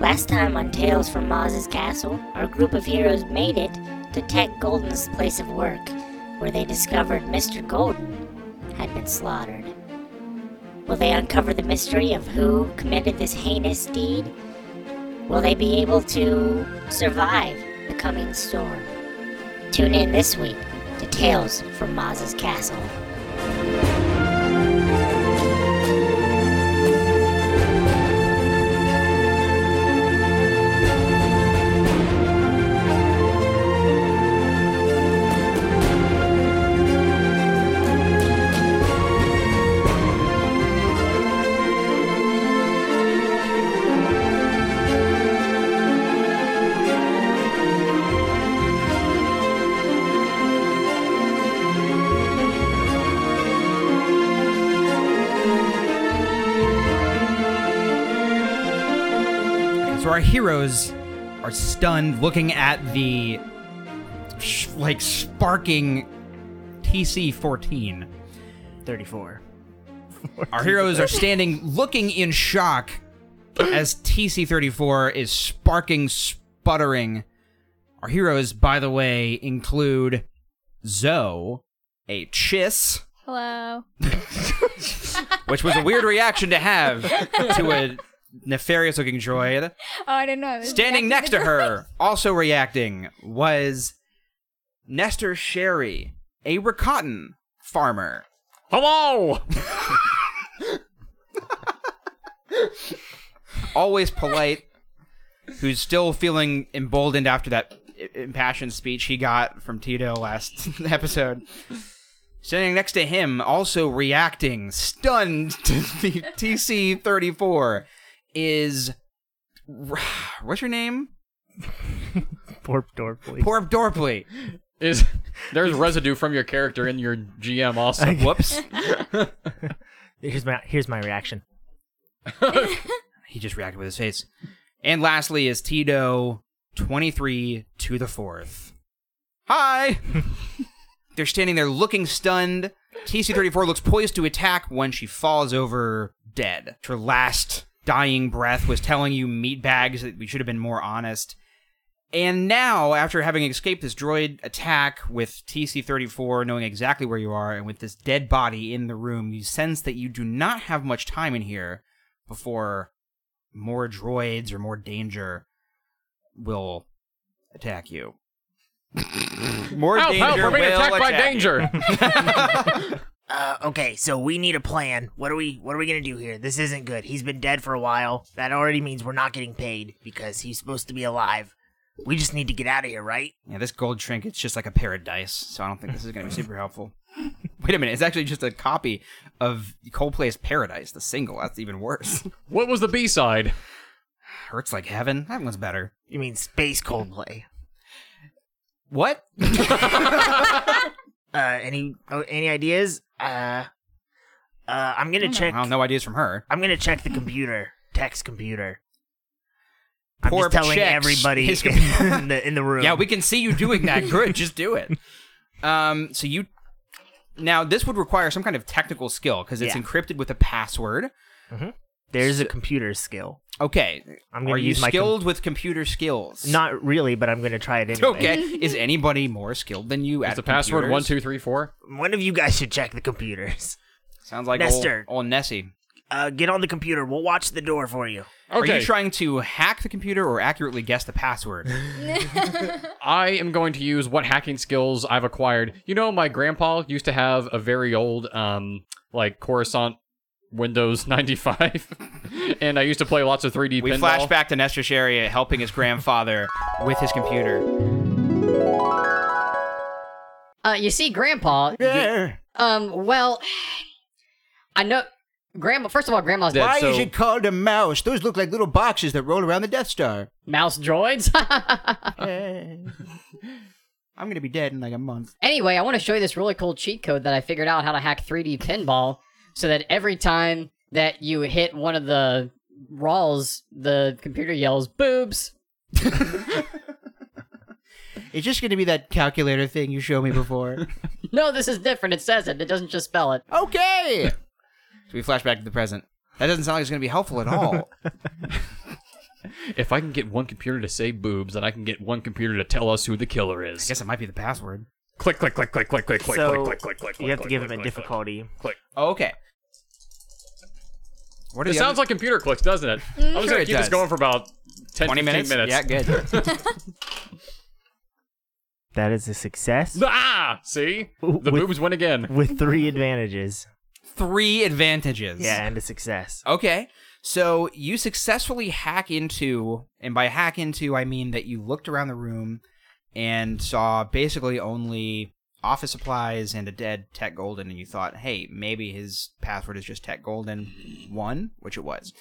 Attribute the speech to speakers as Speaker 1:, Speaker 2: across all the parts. Speaker 1: Last time on Tales from Maz's Castle, our group of heroes made it to Tech Golden's place of work, where they discovered Mr. Golden had been slaughtered. Will they uncover the mystery of who committed this heinous deed? Will they be able to survive the coming storm? Tune in this week to Tales from Maz's Castle.
Speaker 2: So our heroes are stunned looking at the sh- like sparking TC 14.
Speaker 3: 34.
Speaker 2: Our heroes are standing looking in shock as TC 34 is sparking, sputtering. Our heroes, by the way, include Zoe, a Chiss,
Speaker 4: Hello.
Speaker 2: which was a weird reaction to have to a nefarious looking droid.
Speaker 4: Oh, I didn't know. it was
Speaker 2: Standing
Speaker 4: reacting
Speaker 2: next to
Speaker 4: the
Speaker 2: her, also reacting, was Nestor Sherry, a Ricotton farmer.
Speaker 5: Hello!
Speaker 2: Always polite, who's still feeling emboldened after that i- impassioned speech he got from Tito last episode. Standing next to him, also reacting, stunned to the TC 34, is. What's your name?
Speaker 3: Porp Dorpley.
Speaker 2: Porb Dorpley.
Speaker 5: Is there's residue from your character in your GM also?
Speaker 2: Whoops.
Speaker 3: Here's my here's my reaction.
Speaker 2: He just reacted with his face. And lastly is Tito, 23 to the fourth. Hi! They're standing there looking stunned. TC 34 looks poised to attack when she falls over dead. Her last dying breath was telling you, meatbags, that we should have been more honest. And now, after having escaped this droid attack with TC 34 knowing exactly where you are and with this dead body in the room, you sense that you do not have much time in here before more droids or more danger will attack you. more
Speaker 5: Help,
Speaker 2: danger
Speaker 5: help, we're being
Speaker 2: will
Speaker 5: attacked by
Speaker 2: attack you.
Speaker 5: danger!
Speaker 3: Uh, okay, so we need a plan. What are we what are we gonna do here? This isn't good. He's been dead for a while. That already means we're not getting paid because he's supposed to be alive. We just need to get out of here, right?
Speaker 2: Yeah, this gold trinket's just like a pair of dice, so I don't think this is going to be super helpful. Wait a minute, it's actually just a copy of Coldplay's Paradise, the single. That's even worse.
Speaker 5: what was the B side?
Speaker 2: Hurts like heaven. That one's better.
Speaker 3: You mean space Coldplay?
Speaker 2: What?
Speaker 3: Uh, any oh, any ideas? Uh, uh, I'm gonna check.
Speaker 2: Well, no ideas from her.
Speaker 3: I'm gonna check the computer, text computer. I'm
Speaker 2: Poor
Speaker 3: just telling
Speaker 2: checks
Speaker 3: everybody
Speaker 2: his
Speaker 3: in the in the room.
Speaker 2: Yeah, we can see you doing that. Good, just do it. Um, so you now this would require some kind of technical skill because it's
Speaker 3: Yeah.
Speaker 2: encrypted with a password.
Speaker 3: There's a computer skill.
Speaker 2: Okay,
Speaker 3: I'm gonna
Speaker 2: are you
Speaker 3: use my com-
Speaker 2: skilled with computer skills?
Speaker 3: Not really, but I'm gonna try it anyway.
Speaker 2: okay. Is anybody more skilled than you at
Speaker 5: Is the password
Speaker 2: computers?
Speaker 5: one two three four?
Speaker 3: One of you guys should check the computers.
Speaker 2: Sounds like old,
Speaker 3: Nestor.
Speaker 2: old Nessie.
Speaker 3: Uh, get on the computer. We'll watch the door for you.
Speaker 2: Are
Speaker 5: Okay,
Speaker 2: you trying to hack the computer or accurately guess the password?
Speaker 5: I am going to use what hacking skills I've acquired. You know, my grandpa used to have a very old, um, like Coruscant Windows ninety five, and I used to play lots of three D
Speaker 2: we
Speaker 5: pinball.
Speaker 2: flash back to Nestor Sharia helping his grandfather with his computer.
Speaker 6: Uh, you see, Grandpa.
Speaker 3: Yeah.
Speaker 6: Um, well, I know. Grandma. First of all, Grandma's
Speaker 5: Dead, so
Speaker 2: called a mouse? Those look like little boxes that roll around the Death Star.
Speaker 6: mouse droids.
Speaker 2: I'm gonna be dead in like a month.
Speaker 6: anyway, I want to show you this really cool cheat code that I figured out how to hack 3D pinball, so that every time that you hit one of the rolls, the computer yells "boobs."
Speaker 2: It's just gonna be that calculator thing you showed me before.
Speaker 6: No, this is different. It says it. It doesn't just spell it.
Speaker 2: okay. so we flash back to the present. That doesn't sound like it's gonna be helpful at all.
Speaker 5: If I can get one computer to say boobs, then I can get one computer to tell us who the killer
Speaker 2: I
Speaker 5: is.
Speaker 2: guess it might be the password.
Speaker 5: Click, click, click, click, click, click, click,
Speaker 3: So,
Speaker 5: click, click, click, click.
Speaker 3: You have to
Speaker 5: click,
Speaker 3: give
Speaker 5: click,
Speaker 3: him a
Speaker 5: click,
Speaker 3: difficulty.
Speaker 5: Click.
Speaker 2: Oh, okay. What are
Speaker 5: It
Speaker 2: the
Speaker 5: sounds
Speaker 2: other-
Speaker 5: like computer clicks, doesn't it? I was
Speaker 2: Sure
Speaker 5: gonna
Speaker 2: it
Speaker 5: keep this
Speaker 2: does.
Speaker 5: going for about 10,
Speaker 2: 20
Speaker 5: 15
Speaker 2: minutes? Yeah, good.
Speaker 3: That is a success
Speaker 5: Ah, see,
Speaker 3: Ooh,
Speaker 5: the
Speaker 3: with-
Speaker 5: boobs win again.
Speaker 3: with three advantages.
Speaker 2: Three advantages.
Speaker 3: Yeah, and a success.
Speaker 2: Okay. So you successfully hack into, and by hack into, I mean that you looked around the room and saw basically only office supplies and a dead Tech Golden, and you thought, hey, maybe his password is just Tech Golden 1, which it was.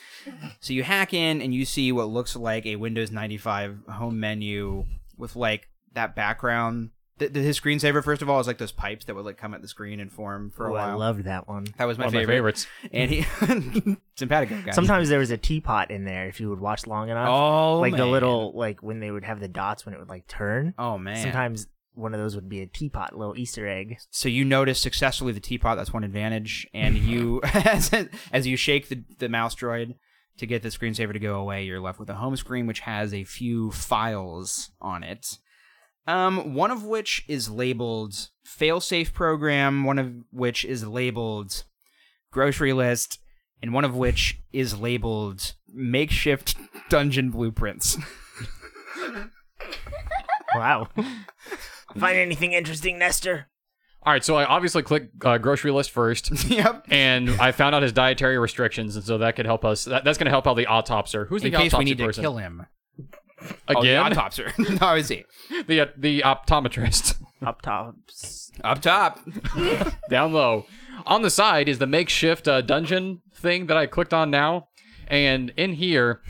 Speaker 2: So you hack in and you see what looks like a Windows 95 home menu with like that background. Th- th- his screensaver, first of all, is like those pipes that would like come at the screen and form for a
Speaker 3: Ooh,
Speaker 2: while.
Speaker 3: I loved that one.
Speaker 2: that was my
Speaker 5: Oh, One of my
Speaker 2: favorite.
Speaker 5: favorites.
Speaker 2: And he, simpatico guy.
Speaker 3: Sometimes there was a teapot in there if you would watch long enough.
Speaker 2: Oh,
Speaker 3: like the
Speaker 2: man.
Speaker 3: little like when they would have the dots when it would like turn.
Speaker 2: Oh man.
Speaker 3: Sometimes one of those would be a teapot, little Easter egg.
Speaker 2: So you notice successfully the teapot. That's one advantage. And you, as, as you shake the, the mouse droid to get the screensaver to go away, you're left with a home screen which has a few files on it. Um, one of which is labeled failsafe program. One of which is labeled grocery list, and one of which is labeled makeshift dungeon blueprints.
Speaker 3: Wow. Find anything interesting, Nestor?
Speaker 5: All right, so I obviously clicked uh, grocery list first,
Speaker 2: yep.
Speaker 5: and I found out his dietary restrictions, and so that could help us. That, that's gonna help out the autopser. Who's
Speaker 2: In
Speaker 5: the
Speaker 2: case
Speaker 5: autopsy
Speaker 2: we need to
Speaker 5: person?
Speaker 2: kill him. Oh,
Speaker 5: Again,
Speaker 2: the autopser. no, is he?
Speaker 5: the uh, the optometrist.
Speaker 3: Up top.
Speaker 2: Up top.
Speaker 5: down low. On the side is the makeshift uh, dungeon thing that I clicked on now, and in here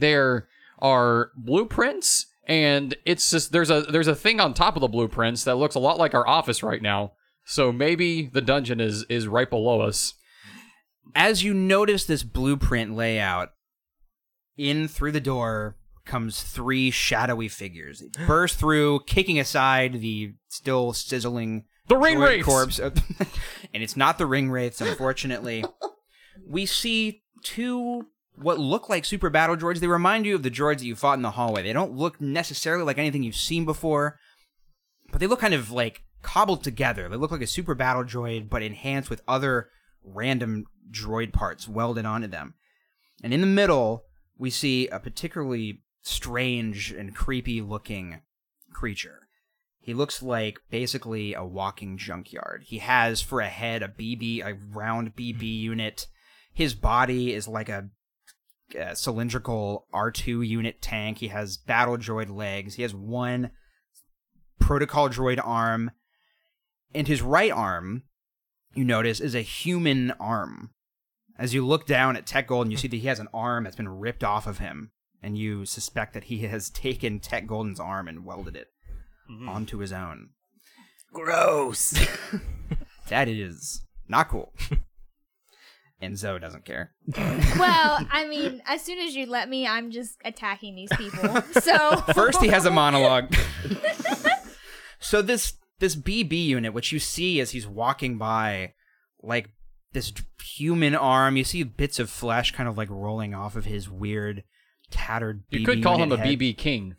Speaker 5: there are blueprints, and it's just there's a there's a thing on top of the blueprints that looks a lot like our office right now. So maybe the dungeon is is right below us.
Speaker 2: As you notice this blueprint layout, in through the door comes three shadowy figures. They burst through, kicking aside the still sizzling
Speaker 5: The ring
Speaker 2: droid
Speaker 5: wraiths!
Speaker 2: corpse. of- and it's not the ring wraiths, unfortunately. we see two what look like super battle droids. They remind you of the droids that you fought in the hallway. They don't look necessarily like anything you've seen before, but they look kind of like cobbled together. They look like a super battle droid, but enhanced with other random droid parts welded onto them. And in the middle, we see a particularly strange and creepy looking creature. He looks like basically a walking junkyard. He has for a head a BB, a round BB unit. His body is like a, uh cylindrical R2 unit tank. He has battle droid legs. He has one protocol droid arm. And his right arm, you notice, is a human arm. As you look down at Tech Golden, you see that he has an arm that's been ripped off of him. And you suspect that he has taken Tech Golden's arm and welded it onto his own.
Speaker 3: Gross.
Speaker 2: That is not cool. and Zoe doesn't care.
Speaker 4: well, I mean, as soon as you let me, I'm just attacking these people. So
Speaker 2: First, he has a monologue. so this this BB unit, which you see as he's walking by, like this d- human arm, you see bits of flesh kind of like rolling off of his weird, tattered.
Speaker 5: You
Speaker 2: BB
Speaker 5: could call him
Speaker 2: unit
Speaker 5: a
Speaker 2: head.
Speaker 5: BB King.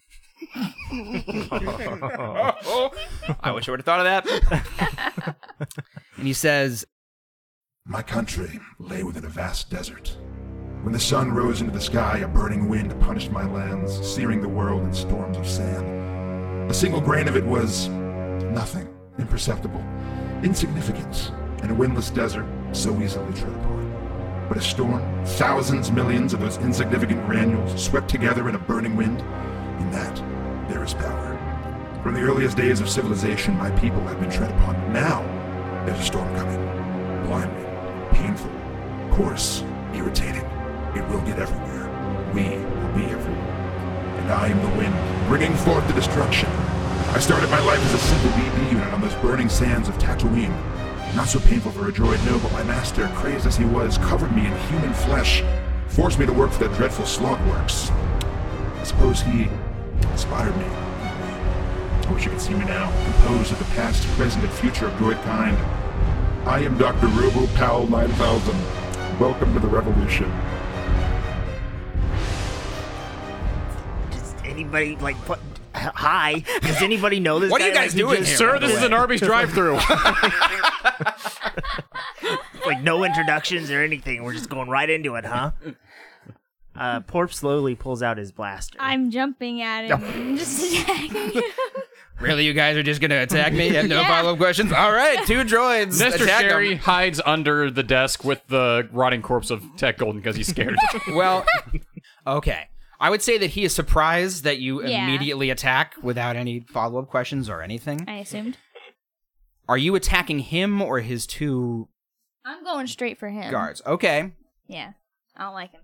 Speaker 2: Oh. I wish I would have thought of that. and he says,
Speaker 7: My country lay within a vast desert. When the sun rose into the sky, a burning wind punished my lands, searing the world in storms of sand. A single grain of it was nothing, imperceptible, insignificance, in a windless desert so easily tread upon. But a storm, thousands, millions of those insignificant granules swept together in a burning wind, in that there is power. From the earliest days of civilization, my people have been tread upon. Now, there's a storm coming. Blinding, painful, coarse, irritating. It will get everywhere. We will be everywhere. And I am the wind, bringing forth the destruction. I started my life as a simple BB unit on those burning sands of Tatooine. Not so painful for a droid, no, but my master, crazed as he was, covered me in human flesh, forced me to work for that dreadful slog works. I suppose he inspired me. I wish you could see me now, composed of the past, present, and future of droid kind. I am Dr. Rubu Powell 9000. Welcome to the revolution.
Speaker 3: anybody like put, hi? Does anybody know this?
Speaker 2: What are
Speaker 3: guy?
Speaker 2: you guys
Speaker 3: Like, he
Speaker 2: doing
Speaker 3: just-
Speaker 2: here?
Speaker 5: Sir, this is an Arby's drive-through.
Speaker 3: Like no introductions or anything. We're just going right into it, huh? Uh, Porp slowly pulls out his blaster.
Speaker 4: I'm jumping at him. I'm just attacking.
Speaker 2: Really, you guys are just gonna attack me? And no
Speaker 4: Yeah.
Speaker 2: follow-up questions. All right, two droids.
Speaker 5: Nestor
Speaker 2: attack 'em.
Speaker 5: Sherry hides under the desk with the rotting corpse of Tech Golden because he's scared.
Speaker 2: Well, okay. I would say that he is surprised that you
Speaker 4: Yeah.
Speaker 2: immediately attack without any follow-up questions or anything.
Speaker 4: I assumed.
Speaker 2: Are you attacking him or his two
Speaker 4: I'm going straight for him.
Speaker 2: guards? Okay.
Speaker 4: Yeah. I don't like him.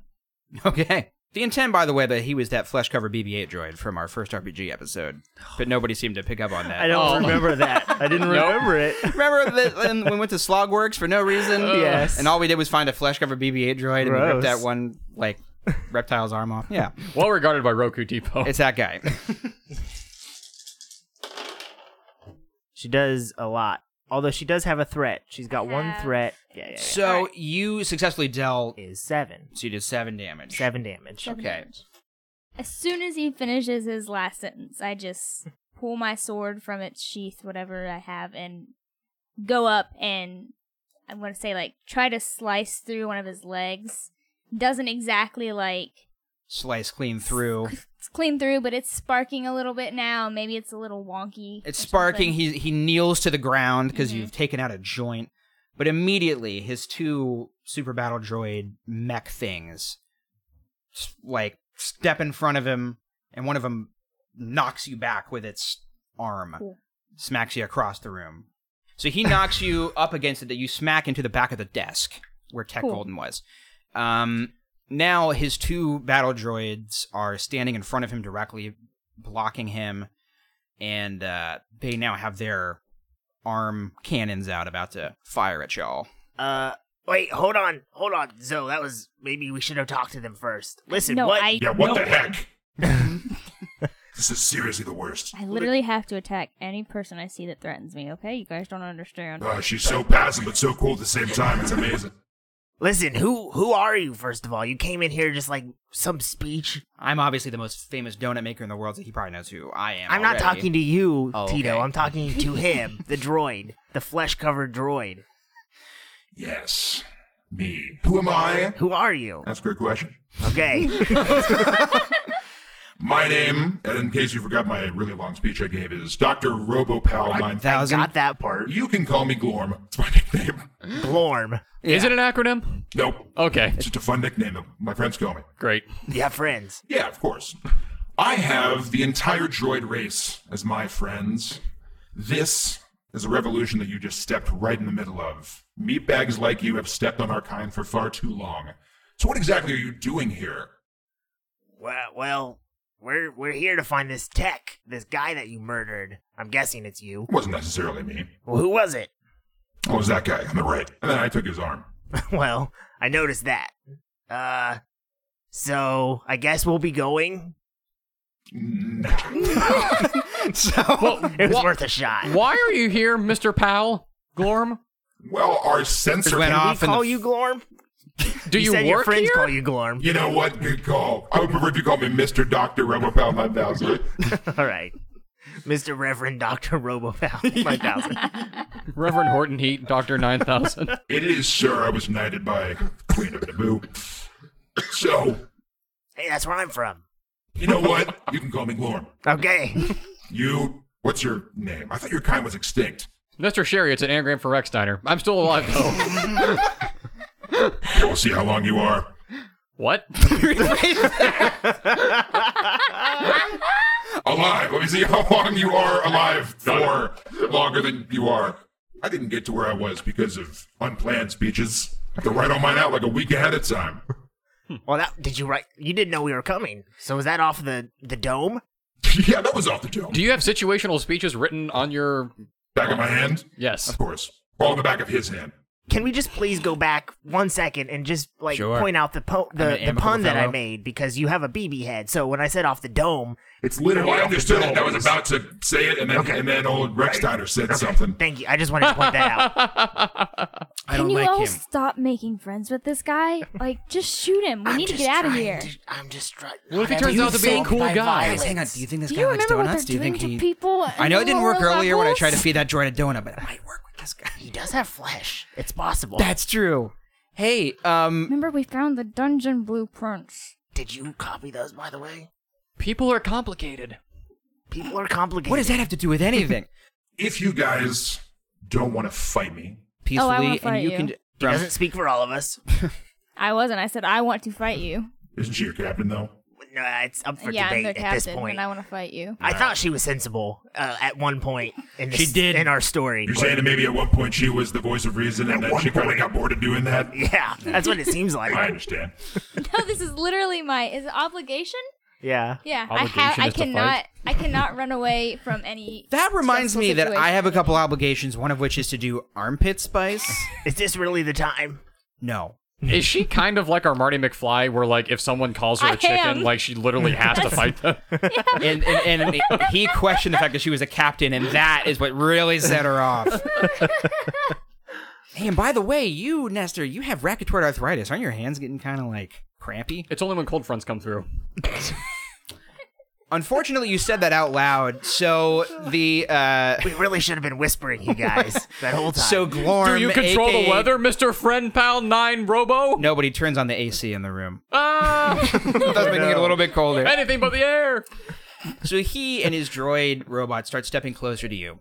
Speaker 2: Okay. The intent, by the way, that he was that flesh cover BB-8 droid from our first RPG episode, but nobody seemed to pick up on that.
Speaker 3: I don't
Speaker 5: Oh.
Speaker 3: remember that. I didn't
Speaker 5: Nope.
Speaker 3: remember it.
Speaker 2: Remember that when we went to Slogworks for no reason?
Speaker 3: Yes.
Speaker 2: And all we did was find a flesh cover BB-8 droid and we ripped
Speaker 3: Gross.
Speaker 2: that one like reptile's arm off. Yeah,
Speaker 5: well regarded by Roku Depot.
Speaker 2: it's that guy.
Speaker 3: She does a lot. Although she does have a threat. She's got one
Speaker 4: Yeah.
Speaker 3: threat. Yeah, yeah, yeah.
Speaker 2: so you successfully dealt.
Speaker 3: Is seven.
Speaker 2: So you did seven damage.
Speaker 3: Seven damage.
Speaker 4: Seven
Speaker 2: Okay.
Speaker 4: damage. As soon as he finishes his last sentence, I just pull my sword from its sheath, whatever I have, and go up and I'm gonna say like try to slice through one of his legs. Doesn't exactly like
Speaker 2: Slice clean through.
Speaker 4: it's clean through, but it's sparking a little bit now. Maybe it's a little wonky.
Speaker 2: It's
Speaker 4: or
Speaker 2: sparking.
Speaker 4: something.
Speaker 2: He he kneels to the ground because
Speaker 4: Mm-hmm.
Speaker 2: you've taken out a joint. But immediately, his two super battle droid mech things, s- like step in front of him, and one of them knocks you back with its arm,
Speaker 4: Cool.
Speaker 2: smacks you across the room. So he knocks you up against it. That you smack into the back of the desk where Tech
Speaker 4: Cool.
Speaker 2: Golden was. Um, now his two battle droids are standing in front of him directly, blocking him, and uh, they now have their arm cannons out, about to fire at y'all.
Speaker 3: Uh, wait, hold on, hold on. Zoe, that was maybe we should have talked to them first. Listen,
Speaker 4: No,
Speaker 3: what?
Speaker 4: I
Speaker 7: Yeah, what the heck? this is seriously the worst.
Speaker 4: I literally have to attack any person I see that threatens me. Okay, you guys don't understand.
Speaker 7: Uh, she's so passive but so cool at the same time. It's amazing.
Speaker 3: Listen, who who are you? First of all, you came in here just like some speech.
Speaker 2: I'm obviously the most famous donut maker in the world, so he probably knows who I am.
Speaker 3: I'm not
Speaker 2: already.
Speaker 3: talking to you,
Speaker 2: Oh,
Speaker 3: Tito.
Speaker 2: okay.
Speaker 3: I'm talking to him, the droid, the flesh covered droid.
Speaker 7: Yes, me. Who am I?
Speaker 3: Who are you?
Speaker 7: That's a great question.
Speaker 3: Okay.
Speaker 7: My name, and in case you forgot my really long speech I gave, is Dr. Robopal 9000.
Speaker 2: Thousand.
Speaker 3: Got that part.
Speaker 7: You can call me Glorm. It's my nickname.
Speaker 3: Glorm.
Speaker 5: Is it an acronym?
Speaker 7: Nope.
Speaker 5: Okay,
Speaker 7: It's just a fun nickname. My friends call me.
Speaker 5: great.
Speaker 3: You have friends.
Speaker 7: Yeah, of course. I have the entire droid race as my friends. This is a revolution that you just stepped right in the middle of. Meatbags like you have stepped on our kind for far too long. So, what exactly are you doing here?
Speaker 3: Well, well, we're we're here to find this tech, this guy that you murdered. I'm guessing it's you.
Speaker 7: It wasn't necessarily me.
Speaker 3: Well, who was it?
Speaker 7: It was that guy on the right. And then I took his arm.
Speaker 3: well, I noticed that. Uh, so I guess we'll be going.
Speaker 7: Nah.
Speaker 5: Well,
Speaker 3: It was
Speaker 5: wha-
Speaker 3: worth a shot.
Speaker 5: Why are you here, Mister Powell? Glorm,
Speaker 7: Well, our sensor.
Speaker 2: Went
Speaker 3: Can
Speaker 2: off
Speaker 3: we
Speaker 2: in the
Speaker 3: call
Speaker 2: f-
Speaker 3: you Glorm?
Speaker 5: do you,
Speaker 3: said
Speaker 5: work
Speaker 3: your friends
Speaker 5: here?
Speaker 3: call you Glorm.
Speaker 7: You know what? Good call. I would prefer if you called me Mr. Dr. Robopal 9000.
Speaker 3: All right, Mr. Reverend Doctor Robopal, my thousand.
Speaker 5: Reverend Horton Heat, Doctor Nine Thousand.
Speaker 7: It is, sir. I was knighted by Queen of Naboo. So,
Speaker 3: Hey, that's where I'm from.
Speaker 7: you know what? You can call me Glorm.
Speaker 3: Okay,
Speaker 7: You, what's your name? I thought your kind was extinct.
Speaker 5: Nestor Sherry, it's an anagram for Rex Steiner. I'm still alive though.
Speaker 7: Yeah, we'll see how long you are.
Speaker 5: what?
Speaker 7: Alive. Let me see how long you are alive for longer than you are. I didn't get to where I was because of unplanned speeches. I have to write all mine out like a week ahead of time.
Speaker 3: well, that did you write? You didn't know we were coming, so was that off the the dome?
Speaker 7: yeah, that was off the dome.
Speaker 5: Do you have situational speeches written on your?
Speaker 7: Back of my hand?
Speaker 5: Yes.
Speaker 7: Of course. All in the back of his hand.
Speaker 3: Can we just please go back one second and just like
Speaker 2: Sure.
Speaker 3: point out the po-
Speaker 2: an
Speaker 3: the, the
Speaker 2: amicable
Speaker 3: pun that I
Speaker 2: fellow.
Speaker 3: made because you have a BB head. So when I said off the dome,
Speaker 7: It's literally.
Speaker 8: I
Speaker 7: off the
Speaker 8: understood it. I
Speaker 7: dome.
Speaker 8: was about to say it, and then
Speaker 7: Okay, and then old Rex Steiner said something.
Speaker 3: thank you. I just wanted to point that out.
Speaker 2: I
Speaker 4: Can
Speaker 2: don't
Speaker 4: you
Speaker 2: like
Speaker 4: all
Speaker 2: him.
Speaker 4: stop making friends with this guy? Like, just shoot him. We
Speaker 3: I'm
Speaker 4: need to
Speaker 3: just
Speaker 4: get out of
Speaker 3: trying
Speaker 4: here.
Speaker 3: to- I'm just trying.
Speaker 5: What if he
Speaker 3: I
Speaker 5: turns
Speaker 3: do
Speaker 5: out to be a
Speaker 3: think
Speaker 5: cool
Speaker 3: by
Speaker 5: guy?
Speaker 3: violence-
Speaker 2: Hang on, do you think this
Speaker 4: Do
Speaker 2: guy
Speaker 4: you
Speaker 2: likes
Speaker 4: remember what
Speaker 2: donuts?
Speaker 4: they're
Speaker 2: Do you think
Speaker 4: doing
Speaker 2: he?
Speaker 4: to people?
Speaker 2: I
Speaker 4: in
Speaker 2: know it didn't
Speaker 4: lower
Speaker 2: work earlier when I tried to
Speaker 4: levels?
Speaker 2: feed that droid a donut, but it might work with this guy.
Speaker 3: He does have flesh. It's possible.
Speaker 2: That's true. Hey, um,
Speaker 4: Remember, we found the dungeon blueprints.
Speaker 3: Did you copy those, by the way?
Speaker 5: People are complicated.
Speaker 3: People are complicated.
Speaker 2: what does that have to do with
Speaker 4: Oh,
Speaker 2: anything?
Speaker 7: If you guys don't want to fight me,
Speaker 4: Oh, I
Speaker 2: Peacefully,
Speaker 4: wanna
Speaker 2: and
Speaker 4: fight
Speaker 2: you,
Speaker 4: you.
Speaker 2: can.
Speaker 4: He
Speaker 3: He doesn't speak for all of us.
Speaker 4: I wasn't. I said I want to fight you.
Speaker 7: isn't she your captain though?
Speaker 3: No, it's up for
Speaker 4: yeah, I'm
Speaker 3: debate
Speaker 4: their
Speaker 3: at this
Speaker 4: captain,
Speaker 3: point.
Speaker 4: and I want to fight you.
Speaker 3: I thought she was sensible uh, at one point in this,
Speaker 2: She did.
Speaker 3: in our story.
Speaker 7: You're saying that maybe at one point she was the voice of reason, and then she kind of got bored of doing that.
Speaker 3: Yeah, that's what it seems
Speaker 7: I
Speaker 3: like.
Speaker 7: understand.
Speaker 4: no, this is literally my is it obligation.
Speaker 3: Yeah.
Speaker 4: Yeah, I have.
Speaker 5: Obligation
Speaker 4: I
Speaker 5: is to fight.
Speaker 4: cannot. I cannot run away from any.
Speaker 2: That reminds
Speaker 4: stressful
Speaker 2: me that I
Speaker 4: situation.
Speaker 2: have a couple obligations. One of which is to do armpit spice.
Speaker 3: Is this really the time?
Speaker 2: no,
Speaker 5: Is she kind of like our Marty McFly, where like if someone calls her
Speaker 4: I
Speaker 5: a chicken,
Speaker 4: am.
Speaker 5: like she literally has to fight them?
Speaker 2: and and, and he questioned the fact that she was a captain, and that is what really set her off. hey, and by the way, you Nestor, you have racquetoid arthritis. Aren't your hands getting kind of like crampy?
Speaker 5: It's only when cold fronts come through.
Speaker 2: Unfortunately, you said that out loud, so the uh,
Speaker 3: We really should have been whispering, you guys, that whole time.
Speaker 2: so Glorm.
Speaker 5: Do you control
Speaker 2: aka
Speaker 5: the weather, Mister Friend Pal Nine Robo?
Speaker 2: Nobody turns on the AC in the room.
Speaker 5: Ah,
Speaker 2: That's making it a little bit colder.
Speaker 5: anything but the air.
Speaker 2: So he and his droid robot start stepping closer to you.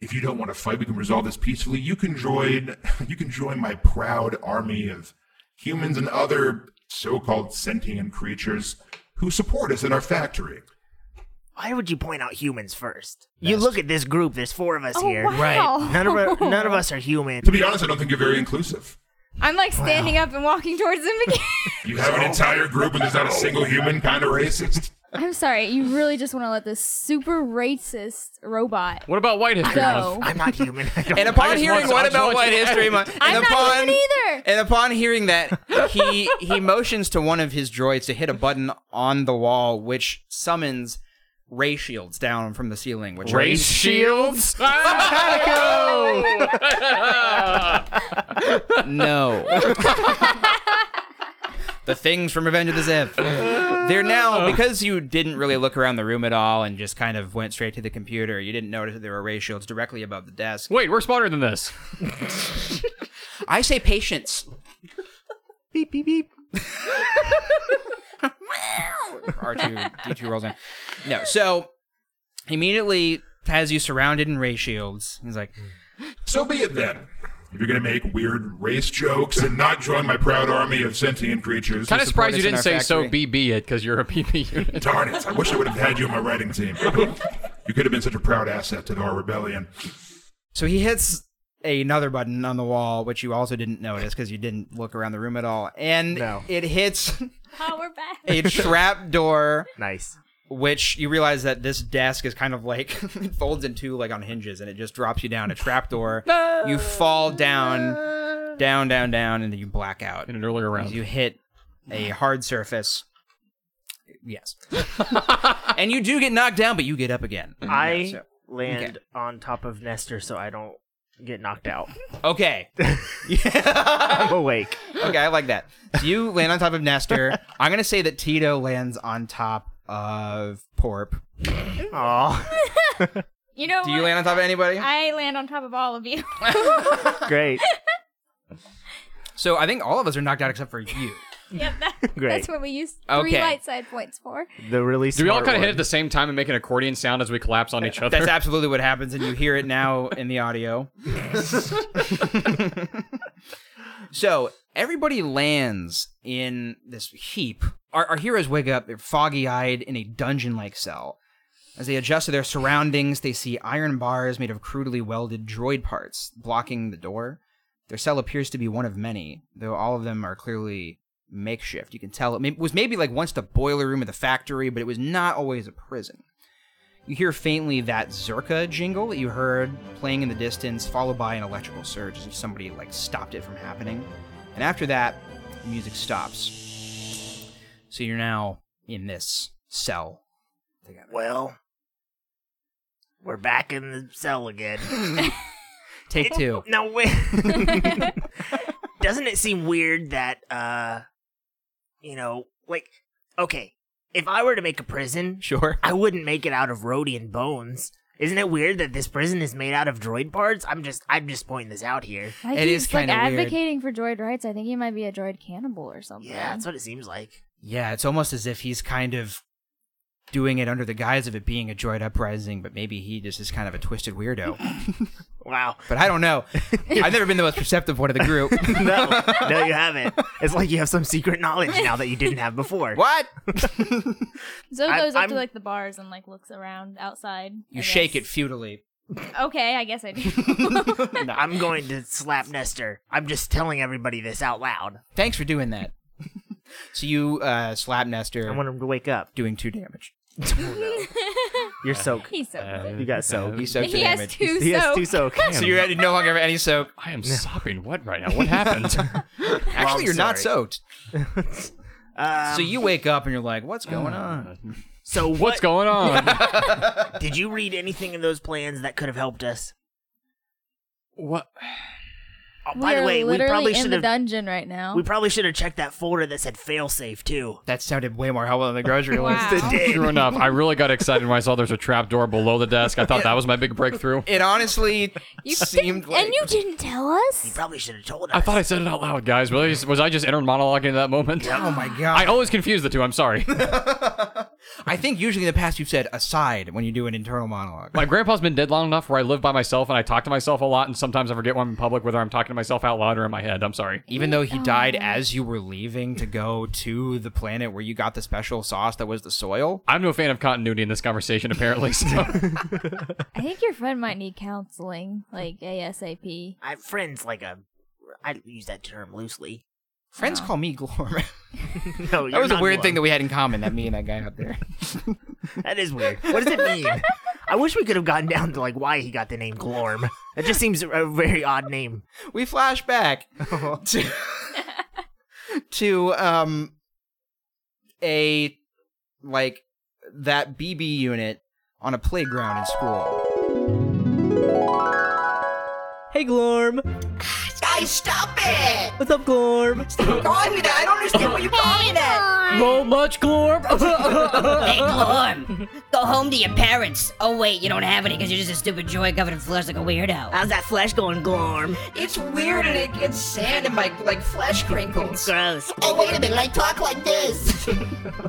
Speaker 7: If you don't want to fight, we can resolve this peacefully. You can join. You can join my proud army of humans and other so-called sentient creatures who support us in our factory.
Speaker 3: Why would you point out humans first? You look at this group. There's four of us
Speaker 4: Oh
Speaker 3: here.
Speaker 4: wow!
Speaker 3: None of none of us are human.
Speaker 7: To be honest, I don't think you're very inclusive.
Speaker 4: I'm like standing up and walking towards him again.
Speaker 7: You have an entire group, and there's not a single human. Kind of racist.
Speaker 4: I'm sorry. You really just want to let this super racist robot
Speaker 5: What about White History
Speaker 4: go?
Speaker 5: Month?
Speaker 3: I'm not human. I don't-
Speaker 2: And upon
Speaker 5: just
Speaker 2: hearing
Speaker 5: want- I
Speaker 2: what
Speaker 5: just
Speaker 2: about
Speaker 5: want
Speaker 2: White
Speaker 5: you to
Speaker 2: History
Speaker 5: edit.
Speaker 2: Month, and
Speaker 4: I'm not
Speaker 2: upon
Speaker 4: human either.
Speaker 2: and upon hearing that, he he motions to one of his droids to hit a button on the wall, which summons ray shields down from the ceiling. Which
Speaker 5: Race shields. Ah!
Speaker 2: no. the things from Revenge of the Sith. They're now because you didn't really look around the room at all and just kind of went straight to the computer. You didn't notice that there were ray shields directly above the desk.
Speaker 5: Wait, we're smarter than this.
Speaker 2: I say patience.
Speaker 3: beep beep beep.
Speaker 2: R2 D2 rolls in. No, so he immediately has you surrounded in ray shields. He's like,
Speaker 7: So be it then. If you're gonna make weird race jokes and not join my proud army of sentient creatures,
Speaker 5: Kind of
Speaker 2: support
Speaker 5: surprised
Speaker 2: us
Speaker 5: you
Speaker 2: in
Speaker 5: didn't
Speaker 2: our
Speaker 5: say so
Speaker 2: factory.
Speaker 5: BB it because you're a BB unit.
Speaker 7: Darn it! I wish I would have had you on my writing team. You could have been such a proud asset to our rebellion.
Speaker 2: so he hits another button on the wall, which you also didn't notice because you didn't look around the room at all, and
Speaker 3: No.
Speaker 2: it hits
Speaker 4: Oh, we're back.
Speaker 2: a trap door.
Speaker 3: Nice.
Speaker 2: Which you realize that this desk is kind of like it folds in two, like on hinges, and it just drops you down a trap door. You fall down, down, down, down, and then you black out.
Speaker 5: In an earlier round.
Speaker 2: You hit a hard surface. Yes. and you do get knocked down, but you get up again.
Speaker 3: I
Speaker 2: So-
Speaker 3: land on top of Nestor so I don't get knocked out.
Speaker 2: okay. Yeah.
Speaker 3: I'm awake.
Speaker 2: okay, I like that. So you land on top of Nestor. I'm going to say that Tito lands on top of Porp.
Speaker 3: Aw,
Speaker 4: You know
Speaker 2: Do you
Speaker 4: what?
Speaker 2: land on top of anybody?
Speaker 4: Oh I land on top of all of you.
Speaker 3: great,
Speaker 2: so I think all of us are knocked out except for you.
Speaker 4: yep, that-
Speaker 3: great.
Speaker 4: that's what we use three
Speaker 2: Okay.
Speaker 4: light side points for.
Speaker 3: The really
Speaker 5: Do we all
Speaker 3: smart
Speaker 5: kind of hit
Speaker 3: one.
Speaker 5: at the same time and make an accordion sound as we collapse on each other?
Speaker 2: That's absolutely what happens, and you hear it now in the audio. so everybody lands in this heap. Our, our heroes wake up, they're foggy eyed in a dungeon like cell. As they adjust to their surroundings, they see iron bars made of crudely welded droid parts blocking the door. Their cell appears to be one of many, though all of them are clearly makeshift. You can tell it may- was maybe like once the boiler room of the factory, but it was not always a prison. You hear faintly that Zerka jingle that you heard playing in the distance, followed by an electrical surge as if somebody like stopped it from happening. And after that, the music stops. So you're now in this cell.
Speaker 3: Well, we're back in the cell again.
Speaker 2: Take two.
Speaker 3: Now, wait. Doesn't it seem weird that, uh, you know, like, okay, if I were to make a prison,
Speaker 2: Sure.
Speaker 3: I wouldn't make it out of Rhodian bones. Isn't it weird that this prison is made out of droid parts? I'm just, I'm just pointing this out here.
Speaker 4: I
Speaker 2: It
Speaker 4: think
Speaker 2: is
Speaker 4: he's, like
Speaker 2: kinda weird.
Speaker 4: advocating for droid rights. I think he might be a droid cannibal or something.
Speaker 3: Yeah, that's what it seems like.
Speaker 2: Yeah, it's almost as if he's kind of doing it under the guise of it being a droid uprising, but maybe he just is kind of a twisted weirdo.
Speaker 3: Wow.
Speaker 2: but I don't know. I've never been the most perceptive one of the group.
Speaker 3: No, no, you haven't. It's like you have some secret knowledge now that you didn't have before.
Speaker 2: what?
Speaker 4: Zoe
Speaker 3: I-
Speaker 4: goes up
Speaker 3: I'm-
Speaker 4: to like the bars and like looks around outside.
Speaker 2: You
Speaker 4: I
Speaker 2: shake it
Speaker 4: guess.
Speaker 2: futilely.
Speaker 4: Okay, I guess I do.
Speaker 3: I'm going to slap Nestor. I'm just telling everybody this out loud.
Speaker 2: Thanks for doing that. so you uh, slap Nestor,
Speaker 3: I want him to wake up.
Speaker 2: doing two damage.
Speaker 3: You're soaked.
Speaker 4: He's so good.
Speaker 3: Um, You got soaked.
Speaker 2: You soak two
Speaker 4: He has
Speaker 2: damage.
Speaker 4: two
Speaker 3: He has
Speaker 4: soap.
Speaker 3: two soaked.
Speaker 2: So you're at- no longer have any soak.
Speaker 5: I am sopping wet right now. What happened?
Speaker 2: Actually,
Speaker 3: I'm
Speaker 2: you're not
Speaker 3: sorry.
Speaker 2: soaked.
Speaker 3: Um,
Speaker 2: so you wake up and you're like, "What's going
Speaker 4: uh,
Speaker 2: on?"
Speaker 3: So what,
Speaker 5: What's going on?
Speaker 3: Did you read anything in those plans that could have helped us?
Speaker 5: What?
Speaker 3: Oh,
Speaker 4: We
Speaker 3: by the
Speaker 4: are
Speaker 3: way, we
Speaker 4: literally
Speaker 3: probably
Speaker 4: in
Speaker 3: should
Speaker 4: the
Speaker 3: have
Speaker 4: dungeon right now.
Speaker 3: we probably should have checked that folder that said failsafe too.
Speaker 2: That sounded way more helpful than the grocery
Speaker 4: Wow.
Speaker 2: list.
Speaker 5: True enough, I really got excited when I saw there's a trap door below the desk. I thought that was my big breakthrough.
Speaker 2: It honestly
Speaker 4: You
Speaker 2: seemed
Speaker 4: didn't-
Speaker 2: like
Speaker 4: and you didn't tell
Speaker 3: You
Speaker 4: us.
Speaker 3: probably should have told us.
Speaker 5: I thought I said it out loud, guys. Was I, was I just inner monologuing at that moment?
Speaker 2: Oh my god!
Speaker 5: I always confuse the two. I'm sorry.
Speaker 2: I think usually in the past you've said aside when you do an internal monologue.
Speaker 5: My grandpa's been dead long enough where I live by myself and I talk to myself a lot, and sometimes I forget when I'm in public whether I'm talking to myself out loud or in my head. I'm sorry.
Speaker 2: Even though
Speaker 4: oh.
Speaker 2: he died as you were leaving to go to the planet where you got the special sauce that was the soil.
Speaker 5: I'm no fan of continuity in this conversation, apparently. So.
Speaker 4: I think your friend might need counseling, like ASAP.
Speaker 3: I friends like a I use that term loosely.
Speaker 2: Friends call me Glorm.
Speaker 3: No,
Speaker 2: that was a weird thing that we had in common. That me and that guy out there.
Speaker 3: That is weird. What does it mean? I wish we could have gotten down to like why he got the name Glorm. That just seems a very odd name.
Speaker 2: we flash back to, to um a like that BB unit on a playground in school.
Speaker 8: Hey, Glorm.
Speaker 9: Guys, stop it!
Speaker 8: What's up, Glorm?
Speaker 9: Stop calling me that! I don't understand what you're calling me that!
Speaker 8: Roll much, Glorm?
Speaker 9: Hey, Glorm! Go home to your parents! Oh, wait, you don't have any because you're just a stupid joy covered in flesh like a weirdo.
Speaker 8: How's that flesh going, Glorm?
Speaker 9: it's weird and it gets sand in my, like, flesh crinkles.
Speaker 8: Gross.
Speaker 9: Oh, wait a minute, I talk like this!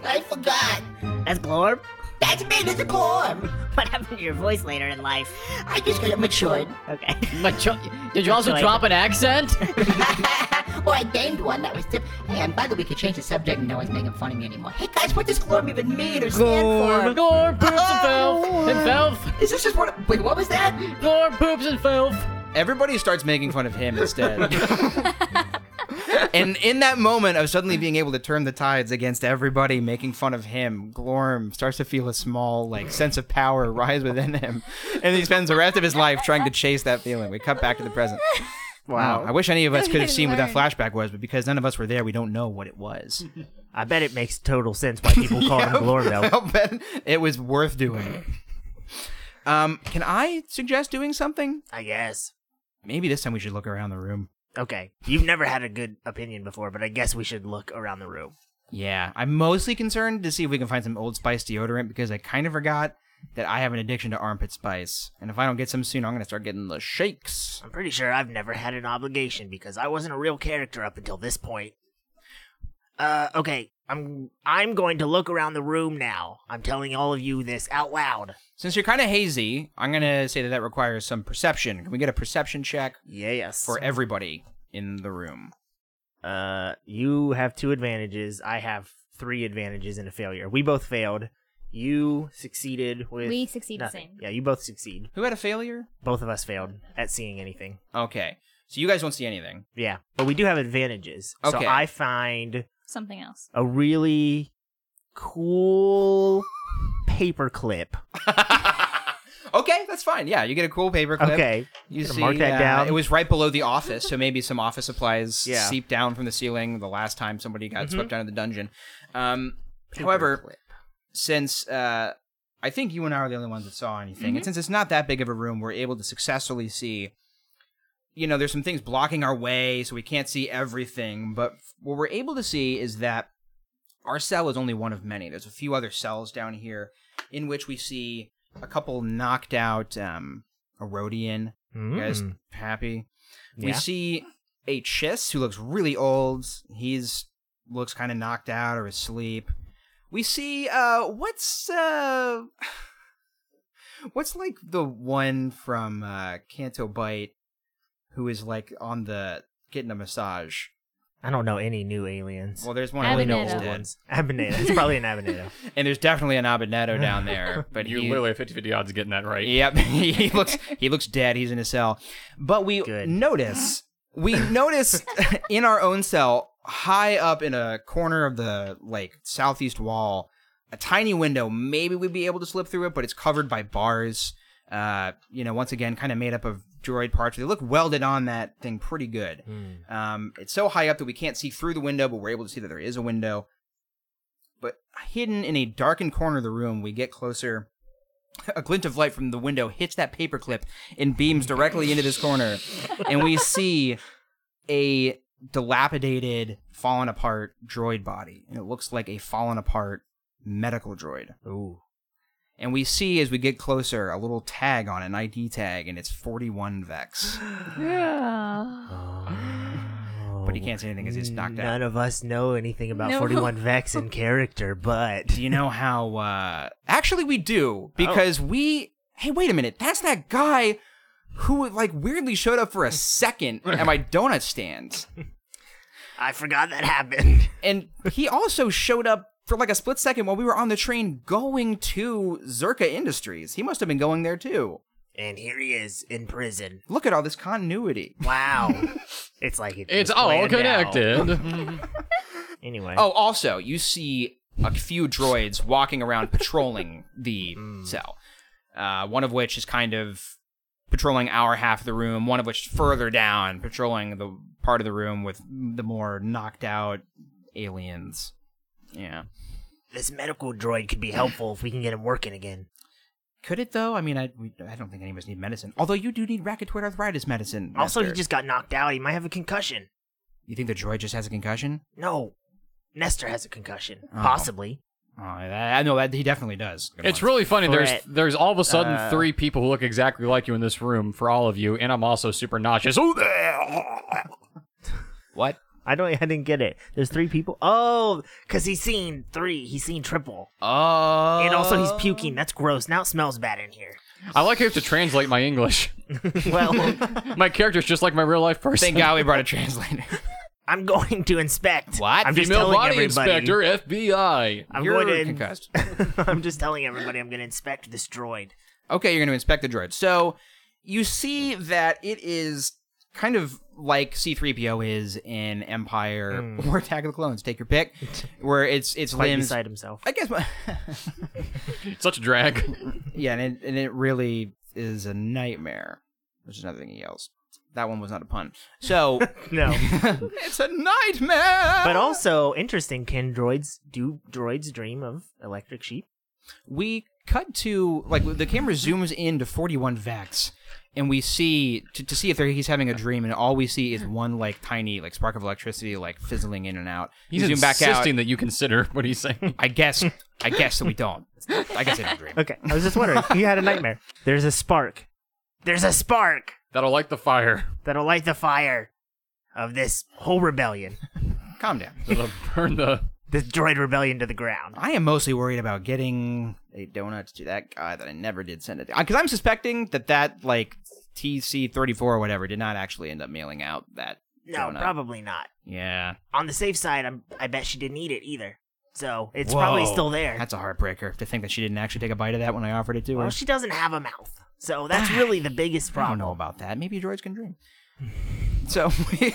Speaker 9: I forgot.
Speaker 8: That's Glorm?
Speaker 9: That's me, this is Glorm!
Speaker 8: What happened to your voice later in life?
Speaker 9: I just got matured.
Speaker 8: Okay.
Speaker 6: My cho- Did you also
Speaker 8: Choice.
Speaker 6: drop an accent?
Speaker 9: well, I named one that was tip. Hey, and by the way, we could change the subject and no one's making fun of me anymore. Hey, guys, what does Glorm even mean or stand for?
Speaker 6: Glorm poops and filth and filth.
Speaker 9: Is this just what. Wait, what was that?
Speaker 6: Glorm poops and filth.
Speaker 2: Everybody starts making fun of him instead. and in that moment of suddenly being able to turn the tides against everybody making fun of him, Glorm starts to feel a small like sense of power rise within him. And he spends the rest of his life trying to chase that feeling. We cut back to the present. Wow. I wish any of us could have seen what that flashback was, but because none of us were there, we don't know what it was.
Speaker 3: I bet it makes total sense why people call him Glorm though.
Speaker 2: I'll bet it was worth doing. Um, can I suggest doing something?
Speaker 3: I guess.
Speaker 2: Maybe this time we should look around the room.
Speaker 3: Okay. You've never had a good opinion before, but I guess we should look around the room.
Speaker 2: Yeah, I'm mostly concerned to see if we can find some Old Spice deodorant because I kind of forgot that I have an addiction to armpit spice, and if I don't get some soon, I'm gonna start getting the shakes.
Speaker 3: I'm pretty sure I've never had an obligation because I wasn't a real character up until this point. Uh, okay. I'm I'm going to look around the room now. I'm telling all of you this out loud.
Speaker 2: Since you're kind of hazy, I'm gonna say that that requires some perception. Can we get a perception check
Speaker 3: Yes.
Speaker 2: for everybody in the room?
Speaker 3: uh, you have two advantages. I have three advantages and a failure. We both failed. You succeeded with
Speaker 4: We succeed the
Speaker 3: nothing.
Speaker 4: same.
Speaker 3: Yeah, you both succeed.
Speaker 2: Who had a failure?
Speaker 3: Both of us failed at seeing anything.
Speaker 2: Okay, so you guys don't see anything.
Speaker 3: Yeah, but we do have advantages.
Speaker 2: Okay.
Speaker 3: So I find
Speaker 4: Something else.
Speaker 3: a really cool paperclip
Speaker 2: that's fine. Yeah, you get a cool paper clip.
Speaker 3: Okay.
Speaker 2: You
Speaker 3: Gonna
Speaker 2: see,
Speaker 3: mark that
Speaker 2: uh,
Speaker 3: down.
Speaker 2: It was right below the office, so maybe some office supplies
Speaker 3: Yeah. Mm-hmm.
Speaker 2: seeped down from the ceiling the last time somebody got swept out of the dungeon. Um, however, since uh, I think you and I are the only ones that saw anything, and since it's not that big of a room, we're able to successfully see. You know, there's some things blocking our way, so we can't see everything. But f- what we're able to see is that our cell is only one of many. There's a few other cells down here, in which we see a couple knocked out um, Erodian you guys
Speaker 3: Mm.
Speaker 2: happy? We
Speaker 3: Yeah.
Speaker 2: see a Chiss who looks really old. He's looks kind of knocked out or asleep. We see uh what's uh what's like the one from uh Canto Bite who is like on the getting a massage.
Speaker 3: I don't know any new aliens.
Speaker 2: Well, there's one I only know
Speaker 4: Abinetto.
Speaker 2: old ones.
Speaker 3: ones. Abinado. It's probably an Abinado.
Speaker 2: And there's definitely an Abinetto down there, but
Speaker 5: But you
Speaker 2: he,
Speaker 5: literally have 50 50 odds of getting that right.
Speaker 2: Yep, he looks he looks dead. He's in a cell. But we
Speaker 3: Good.
Speaker 2: notice we notice in our own cell, high up in a corner of the like southeast wall, a tiny window. Maybe we'd be able to slip through it, but it's covered by bars. Uh, you know, once again, kind of made up of droid parts. They look welded on that thing pretty good. Um, it's so high up that we can't see through the window, but we're able to see that there is a window. But hidden in a darkened corner of the room, we get closer. A glint of light from the window hits that paperclip and beams directly into this corner, and we see a dilapidated, fallen apart droid body, and it looks like a fallen apart medical droid.
Speaker 3: Ooh.
Speaker 2: And we see as we get closer a little tag on it, an ID tag, and it's 41 Vex. But he can't say anything 'cause he's knocked
Speaker 3: None
Speaker 2: out.
Speaker 3: None of us know anything about
Speaker 4: No.
Speaker 3: 41 Vex in character, but
Speaker 2: Do you know how? Uh, actually, we do because we. Hey, wait a minute. That's that guy who like weirdly showed up for a second at my donut stand,
Speaker 3: I forgot that happened.
Speaker 2: and he also showed up for like a split second while we were on the train going to Zerka Industries. He must have been going there too.
Speaker 3: And here he is in prison.
Speaker 2: Look at all this continuity.
Speaker 3: Wow. it's like it
Speaker 5: It's
Speaker 3: was
Speaker 5: all
Speaker 3: planned out.
Speaker 5: connected.
Speaker 3: Anyway.
Speaker 2: Oh, also, you see a few droids walking around patrolling the cell. Uh, one of which is kind of patrolling our half of the room, one of which is further down, patrolling the part of the room with the more knocked out aliens. Yeah.
Speaker 3: This medical droid could be helpful if we can get him working again.
Speaker 2: Could it though? I mean, I, we, I don't think any of us need medicine. Although you do need racketoid arthritis medicine.
Speaker 3: Also, he
Speaker 2: Nestor.
Speaker 3: just got knocked out. He might have a concussion.
Speaker 2: you think the droid just has a concussion?
Speaker 3: No. Nestor has a concussion.
Speaker 2: Oh.
Speaker 3: Possibly.
Speaker 2: Oh, I I know that he definitely does.
Speaker 5: it's really funny. There's
Speaker 3: Threat.
Speaker 5: there's all of a sudden
Speaker 2: Uh.
Speaker 5: three people who look exactly like you in this room for all of you, and I'm also super nauseous. Ooh,
Speaker 2: what?
Speaker 3: I don't. I didn't get it. There's three people. Oh, because he's seen three. He's seen triple,
Speaker 2: Oh.
Speaker 3: and also he's puking. That's gross. Now it smells bad in here.
Speaker 5: I like how you have to translate my English.
Speaker 3: Well,
Speaker 5: My character's just like my real life person.
Speaker 2: Thank God we brought a translator.
Speaker 3: I'm going to inspect.
Speaker 2: What?
Speaker 3: I'm just
Speaker 5: Female
Speaker 3: telling
Speaker 5: body
Speaker 3: everybody.
Speaker 5: inspector, FBI.
Speaker 3: I'm
Speaker 2: You're
Speaker 3: going to.
Speaker 2: concussed.
Speaker 3: I'm just telling everybody. I'm going to inspect this droid.
Speaker 2: Okay, you're going to inspect the droid. So you see that it is kind of like C3PO is in Empire or Attack of the Clones. Take your pick. Where it's it's
Speaker 3: Quite
Speaker 2: limbs.
Speaker 3: Hmm. beside himself.
Speaker 2: I guess. My,
Speaker 5: It's such a drag.
Speaker 2: yeah, and it, and it really is a nightmare. Which is another thing he yells. That one was not a pun. So
Speaker 3: No.
Speaker 2: it's a nightmare.
Speaker 3: But also interesting. Can droids do droids dream of electric sheep?
Speaker 2: we cut to like the camera zooms in to 41 vex and we see to, to see if there- he's having a dream and all we see is one like tiny like spark of electricity like fizzling in and out
Speaker 5: He's
Speaker 2: we zoom back
Speaker 5: insisting
Speaker 2: out
Speaker 5: that you consider what he's saying.
Speaker 2: i guess i guess that we don't i guess they don't dream
Speaker 3: Okay, I was just wondering. you had a nightmare. There's a spark. There's a spark
Speaker 5: That'll light the fire.
Speaker 3: that'll light the fire of this whole rebellion.
Speaker 2: calm down
Speaker 5: That'll burn the.
Speaker 3: this droid rebellion to the ground.
Speaker 2: i am mostly worried about getting a donut to that guy that i never did send it because i'm suspecting that that like tc34 or whatever did not actually end up mailing out that
Speaker 3: No,
Speaker 2: donut.
Speaker 3: probably not.
Speaker 2: yeah
Speaker 3: On the safe side, I'm, I bet she didn't eat it either. So it's probably
Speaker 2: Whoa.
Speaker 3: still there.
Speaker 2: that's a heartbreaker to think that she didn't actually take a bite of that when i offered it to her
Speaker 3: well, she doesn't have a mouth. So that's really the biggest
Speaker 2: I don't know
Speaker 3: problem.
Speaker 2: about that. Maybe droids can dream. So we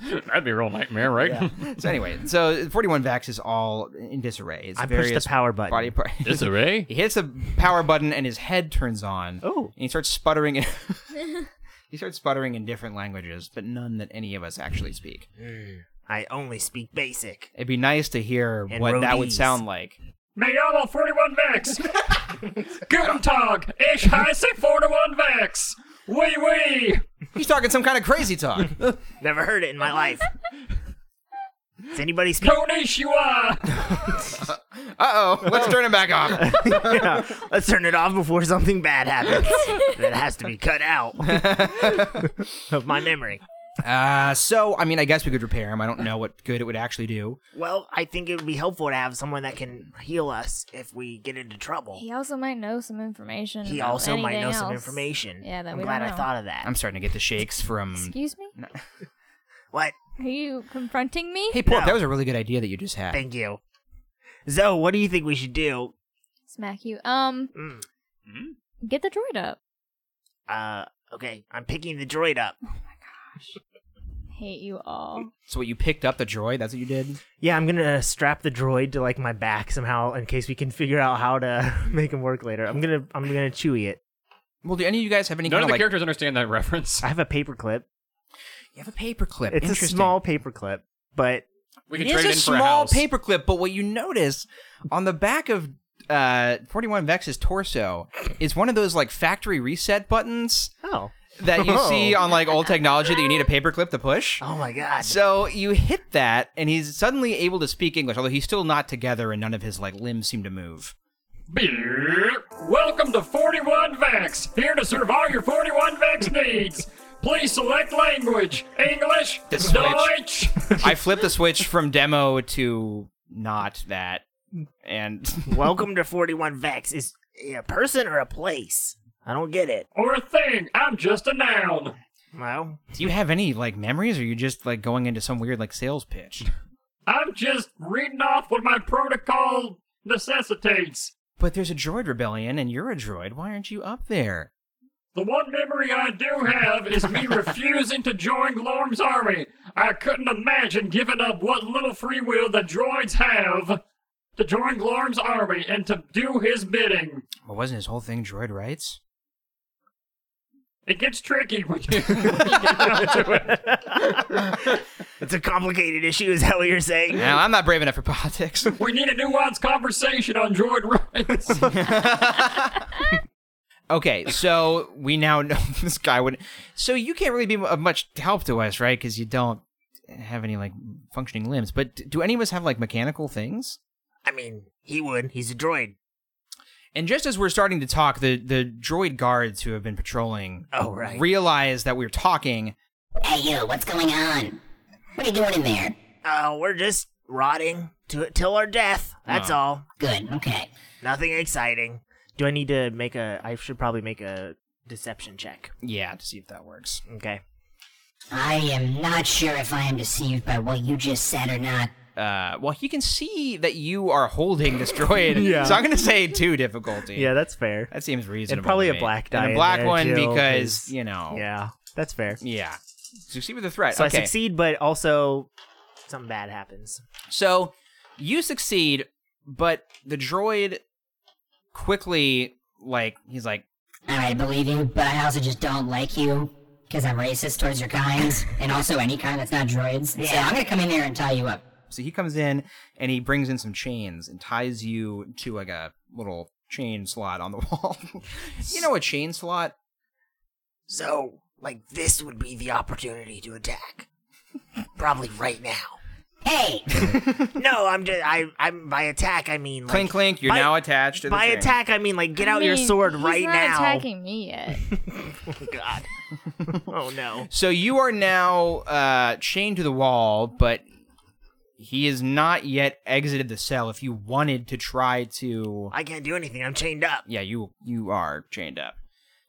Speaker 5: That'd be a real nightmare, right?
Speaker 2: So anyway, so 41 Vax is all in disarray. It's
Speaker 3: I pushed the
Speaker 2: various
Speaker 3: power button.
Speaker 2: body part.
Speaker 5: Disarray?
Speaker 2: he hits the power button and his head turns on.
Speaker 3: Oh.
Speaker 2: And he starts sputtering. In- he starts sputtering in different languages, but none that any of us actually speak.
Speaker 3: I only speak basic.
Speaker 2: It'd be nice to hear
Speaker 3: And
Speaker 2: what that would
Speaker 3: roadies.
Speaker 2: sound like.
Speaker 5: Me llamo 41 Vex. Guten Tag. Ich heiße 41 Vex. Wee wee.
Speaker 2: He's talking some kind of crazy talk.
Speaker 3: Never heard it in my life. Does anybody speak?
Speaker 5: Konnichiwa.
Speaker 2: Uh oh, let's turn it back off.
Speaker 3: Yeah. Let's turn it off before something bad happens. that has to be cut out of my memory.
Speaker 2: Uh, so, I mean, I guess we could repair him. I don't know what good it would actually do.
Speaker 3: Well, I think it would be helpful to have someone that can heal us if we get into trouble.
Speaker 4: He also might know some information.
Speaker 3: He
Speaker 4: about
Speaker 3: also might
Speaker 4: anything
Speaker 3: know some
Speaker 4: else.
Speaker 3: information.
Speaker 4: Yeah, that
Speaker 3: I'm
Speaker 4: we
Speaker 3: glad
Speaker 4: don't
Speaker 3: I
Speaker 4: know.
Speaker 3: thought of that.
Speaker 2: I'm starting to get the shakes from.
Speaker 4: Excuse me?
Speaker 3: what?
Speaker 4: Are you confronting me?
Speaker 2: Hey, Port,
Speaker 3: No.
Speaker 2: that was a really good idea that you just had.
Speaker 3: Thank you. Zoe, what do you think we should do?
Speaker 4: Smack you. Um,
Speaker 3: Mm,
Speaker 4: get the droid up.
Speaker 3: uh, okay, I'm picking the droid up.
Speaker 4: Hate you all.
Speaker 2: So, what you picked up the droid? That's what you did.
Speaker 3: Yeah, I'm gonna strap the droid to like my back somehow in case we can figure out how to make him work later. I'm gonna I'm gonna chewy it.
Speaker 2: Well, do any of you guys have any
Speaker 5: None
Speaker 2: kind
Speaker 5: of
Speaker 2: of
Speaker 5: the
Speaker 2: like?
Speaker 5: characters understand that reference.
Speaker 3: I have a paper clip.
Speaker 2: You have a paperclip.
Speaker 3: It's a
Speaker 2: Interesting.
Speaker 3: small paper clip, but
Speaker 5: We
Speaker 2: It
Speaker 5: can
Speaker 2: is
Speaker 5: trade
Speaker 2: a
Speaker 5: in for a
Speaker 2: small
Speaker 5: house.
Speaker 2: paperclip, but what you notice on the back of uh, 41 Vex's torso is one of those like factory reset buttons
Speaker 3: oh,
Speaker 2: that you
Speaker 3: Oh.
Speaker 2: see on like old technology that you need a paperclip to push.
Speaker 3: oh my god,
Speaker 2: So you hit that, and he's suddenly able to speak English, although he's still not together, and none of his like limbs seem to move.
Speaker 5: Beep. Welcome to 41 Vex, here to serve all your 41 Vex needs. Please select language English,
Speaker 2: The switch.
Speaker 5: Deutsch.
Speaker 2: I flipped the switch from demo to not that, and
Speaker 3: welcome to 41 Vex. Is it a person or a place? I don't get it.
Speaker 5: or a thing. I'm just a noun.
Speaker 3: Well,
Speaker 2: do you have any like memories, or are you just like going into some weird like sales pitch?
Speaker 5: I'm just reading off what my protocol necessitates.
Speaker 2: But there's a droid rebellion, and you're a droid. Why aren't you up there?
Speaker 5: The one memory I do have is me refusing to join Glorm's army. I couldn't imagine giving up what little free will the droids have to join Glorm's army and to do his bidding.
Speaker 2: Well, wasn't his whole thing droid rights?
Speaker 5: It gets tricky when you, when you get down to it.
Speaker 3: it's a complicated issue. Is that what you're saying?
Speaker 2: Now I'm not brave enough for politics.
Speaker 5: We need a nuanced conversation on droid rights.
Speaker 2: Okay, so we now know this guy would. So you can't really be of much help to us, right? Because you don't have any like functioning limbs. But d- do any of us have like mechanical things?
Speaker 3: I mean, he would. He's a droid.
Speaker 2: And just as we're starting to talk, the the droid guards who have been patrolling
Speaker 3: Oh, right.
Speaker 2: realize that we're talking.
Speaker 9: Hey, you, what's going on? What are you doing in there?
Speaker 3: Uh, we're just rotting to till our death. That's all.
Speaker 9: Good, okay.
Speaker 3: Nothing exciting. Do I need to make a? I should probably make a deception check.
Speaker 2: Yeah, to see if that works.
Speaker 3: Okay.
Speaker 9: I am not sure if I am deceived by what you just said or not.
Speaker 2: Uh, well, he can see that you are holding this droid, so I'm gonna say two difficulty.
Speaker 3: Yeah, that's fair.
Speaker 2: that seems reasonable.
Speaker 3: And probably
Speaker 2: to
Speaker 3: a
Speaker 2: me.
Speaker 3: black die.
Speaker 2: and a
Speaker 3: in
Speaker 2: black
Speaker 3: there,
Speaker 2: one
Speaker 3: too,
Speaker 2: because
Speaker 3: 'cause-
Speaker 2: you know.
Speaker 3: Yeah, that's fair.
Speaker 2: Yeah. Succeed with the threat.
Speaker 3: So I
Speaker 2: okay.
Speaker 3: succeed, but also something bad happens.
Speaker 2: So you succeed, but the droid quickly like he's like
Speaker 9: Alright, I believe you, but I also just don't like you. Because I'm racist towards your kind, and also any kind that's not droids. So I'm gonna come in there and tie you up.
Speaker 2: so he comes in and he brings in some chains and ties you to like a little chain slot on the wall. you know a chain slot?
Speaker 3: So, like, this would be the opportunity to attack. Probably right now.
Speaker 9: Hey!
Speaker 3: No, I'm just I I'm by attack I mean like,
Speaker 2: clink clink, you're
Speaker 3: by-
Speaker 2: now attached to the
Speaker 3: By
Speaker 2: thing.
Speaker 3: attack I mean like get
Speaker 4: I
Speaker 3: out your
Speaker 4: mean,
Speaker 3: sword
Speaker 4: he's
Speaker 3: right
Speaker 4: not
Speaker 3: now.
Speaker 4: attacking me yet.
Speaker 3: God. oh no.
Speaker 2: So you are now uh chained to the wall, but he has not yet exited the cell if you wanted to try to
Speaker 3: I can't do anything. I'm chained up.
Speaker 2: yeah, you you are chained up.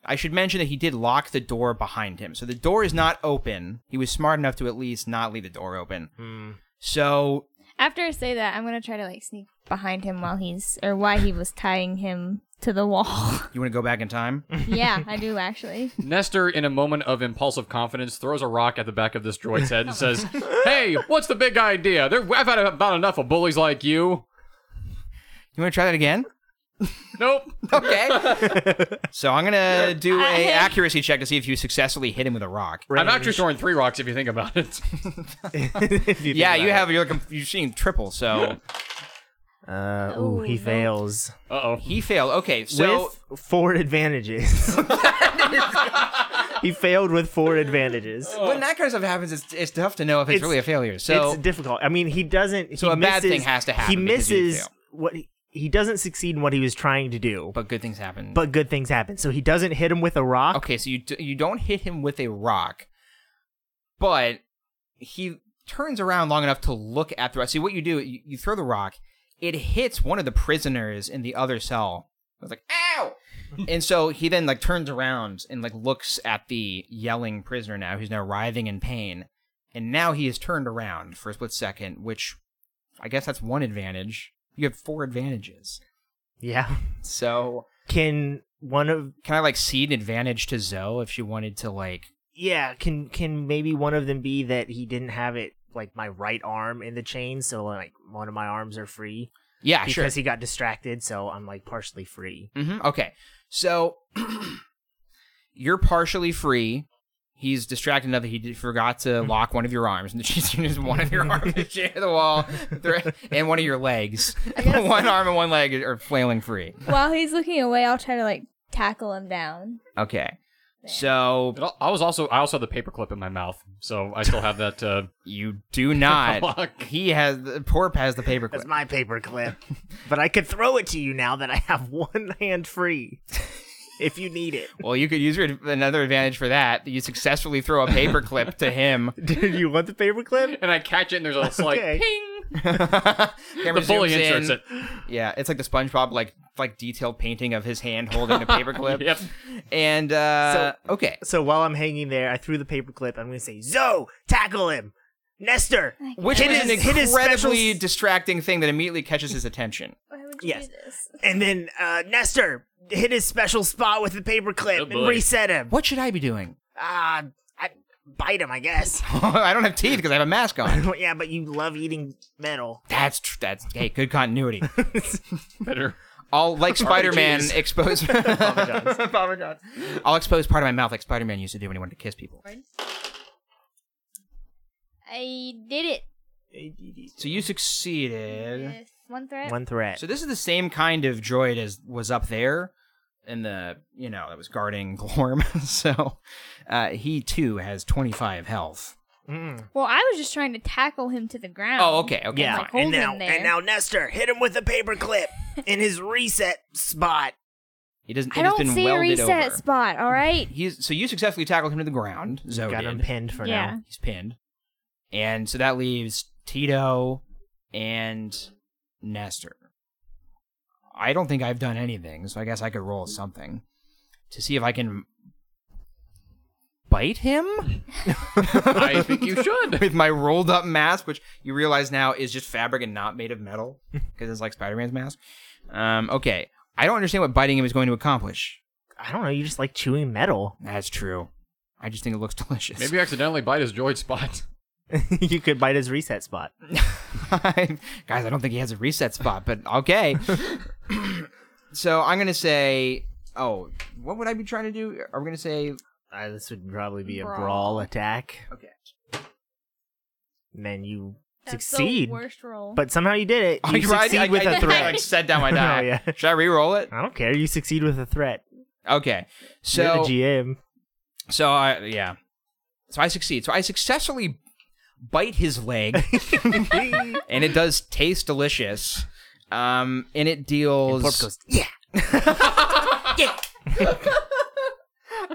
Speaker 2: I should mention that he did lock the door behind him, so the door is not open. He was smart enough to at least not leave the door open. So
Speaker 4: After I say that, I'm gonna try to like sneak behind him while he's or why he was tying him to the wall.
Speaker 2: You want to go back in time?
Speaker 4: yeah, I do actually.
Speaker 5: Nestor, in a moment of impulsive confidence, throws a rock at the back of this droid's head and says, Hey, what's the big idea? There, I've had about enough of bullies like you.
Speaker 2: You want to try that again?
Speaker 5: Nope.
Speaker 2: Okay. so I'm gonna do a accuracy check to see if you successfully hit him with a rock.
Speaker 5: I'm actually throwing three rocks if you think about it.
Speaker 2: Yeah, you have you're like, you're seeing triple, so
Speaker 3: Uh,
Speaker 4: Oh,
Speaker 3: ooh, he fails.
Speaker 5: Uh oh.
Speaker 2: he failed. Okay, so
Speaker 3: with four advantages. he failed with four advantages.
Speaker 2: when that kind of stuff happens, it's, it's tough to know if it's,
Speaker 3: It's-
Speaker 2: really a failure. So
Speaker 3: it's difficult. I mean, he doesn't.
Speaker 2: So
Speaker 3: he
Speaker 2: a bad
Speaker 3: misses-
Speaker 2: thing has to
Speaker 3: He
Speaker 2: happen because you
Speaker 3: misses
Speaker 2: fail.
Speaker 3: what he, he doesn't succeed in what he was trying to do, but,
Speaker 2: but good things happen.
Speaker 3: good things happen. So he doesn't hit him with a rock.
Speaker 2: okay, so you d- you don't hit him with a rock, but he turns around long enough to look at the rock. See what you do? You, you throw the rock. It hits one of the prisoners in the other cell. It's like ow, and so he then like turns around and like looks at the yelling prisoner now, who's now writhing in pain, and now he is turned around for a split second, which I guess that's one advantage. You have four advantages.
Speaker 3: Yeah.
Speaker 2: So
Speaker 3: Can one of
Speaker 2: can I like cede an advantage to Zoe if she wanted to like
Speaker 3: yeah can can maybe one of them be that he didn't have it like my right arm in the chain, so like one of my arms are free
Speaker 2: Yeah,
Speaker 3: because
Speaker 2: Ah, sure.
Speaker 3: he got distracted, so I'm like partially free.
Speaker 2: hmm Okay. So you're partially free. He's distracted enough that he did, forgot to lock one of your arms, and she's using one of your arms to chain to the wall, the re- and one of your legs.
Speaker 4: guess-
Speaker 2: one arm and one leg are flailing free.
Speaker 4: while he's looking away, I'll try to like tackle him down.
Speaker 2: Okay. So
Speaker 5: But I was also I also had the paperclip in my mouth, so I still have that. Uh,
Speaker 2: you do not.
Speaker 5: Fuck.
Speaker 2: he has Porp has the paperclip.
Speaker 3: That's my paper clip. but I could throw it to you now that I have one hand free. If you need it.
Speaker 2: well, you could use your, another advantage for that. You successfully throw a paperclip to him.
Speaker 3: Do you want the paper clip?
Speaker 5: and I catch it, and there's a slight
Speaker 3: Okay.
Speaker 5: ping.
Speaker 2: Camera
Speaker 5: The bully
Speaker 2: zooms
Speaker 5: inserts
Speaker 2: in.
Speaker 5: it.
Speaker 2: Yeah, it's like the SpongeBob like like detailed painting of his hand holding the paperclip.
Speaker 5: Yep.
Speaker 2: And uh okay.
Speaker 3: So while I'm hanging there, I threw the paperclip. I'm going to say, Zo, tackle him. Nestor.
Speaker 2: Which
Speaker 3: hit
Speaker 2: is an
Speaker 3: his- hit his
Speaker 2: incredibly
Speaker 3: special-
Speaker 2: distracting thing that immediately catches his attention.
Speaker 4: Why would
Speaker 3: you Yes. do
Speaker 4: this?
Speaker 3: And then uh, Nestor hit his special spot with the paperclip
Speaker 5: Oh,
Speaker 3: and
Speaker 5: boy.
Speaker 3: reset him.
Speaker 2: What should I be doing?
Speaker 3: Ah, I bite him, I guess.
Speaker 2: I don't have teeth because I have a mask on.
Speaker 3: yeah, but you love eating metal.
Speaker 2: That's tr- that's hey, good continuity.
Speaker 5: Better.
Speaker 2: I'll like Spider-Man
Speaker 5: RPGs.
Speaker 2: expose Papa John's. I'll expose part of my mouth like Spider-Man used to do when he wanted to kiss people.
Speaker 4: I did it.
Speaker 2: So you succeeded.
Speaker 4: With one threat.
Speaker 3: One threat.
Speaker 2: So this is the same kind of droid as was up there in the, you know, that was guarding Glorm. so uh, he too has 25 health.
Speaker 3: Mm.
Speaker 4: Well, I was just trying to tackle him to the ground.
Speaker 2: Oh, okay, okay.
Speaker 3: Yeah,
Speaker 4: like,
Speaker 3: and
Speaker 4: hold him
Speaker 3: now
Speaker 4: there.
Speaker 3: and now Nestor hit him with a paperclip in his reset spot.
Speaker 2: It doesn't
Speaker 4: I
Speaker 2: it has
Speaker 4: don't
Speaker 2: been
Speaker 4: see a
Speaker 2: welded
Speaker 4: reset
Speaker 2: over.
Speaker 4: spot. All right.
Speaker 2: He's so you successfully tackled him to the ground.
Speaker 5: Oh,
Speaker 2: Zoe
Speaker 3: Got him
Speaker 2: did.
Speaker 3: pinned for
Speaker 4: Yeah.
Speaker 3: now.
Speaker 2: He's pinned. And so that leaves Tito and Nestor. I don't think I've done anything, so I guess I could roll something to see if I can bite him.
Speaker 5: I think you should.
Speaker 2: with my rolled up mask, which you realize now is just fabric and not made of metal because it's like Spider Man's mask. Um, okay. I don't understand what biting him is going to accomplish.
Speaker 3: I don't know. You just like chewing metal.
Speaker 2: That's true. I just think it looks delicious.
Speaker 5: Maybe you accidentally bite his droid spot.
Speaker 3: you could bite his reset spot.
Speaker 2: Guys, I don't think he has a reset spot, but okay. so I'm going to say, oh, what would I be trying to do? Are we going to say,
Speaker 3: Uh, this would probably be a
Speaker 4: Brawl.
Speaker 3: brawl, attack.
Speaker 2: Okay.
Speaker 3: And then you
Speaker 4: That's
Speaker 3: succeed,
Speaker 4: The worst roll.
Speaker 3: but somehow you did it. You succeed
Speaker 2: Oh, I,
Speaker 3: with
Speaker 2: I,
Speaker 3: a
Speaker 2: I,
Speaker 3: threat.
Speaker 2: like set down my die.
Speaker 3: Oh, yeah.
Speaker 2: Should I re-roll it?
Speaker 3: I don't care. You succeed with a threat.
Speaker 2: Okay. So
Speaker 3: You're the GM.
Speaker 2: So I yeah. So I succeed. So I successfully bite his leg, and it does taste delicious. Um, and it deals.
Speaker 3: Corp goes, yeah.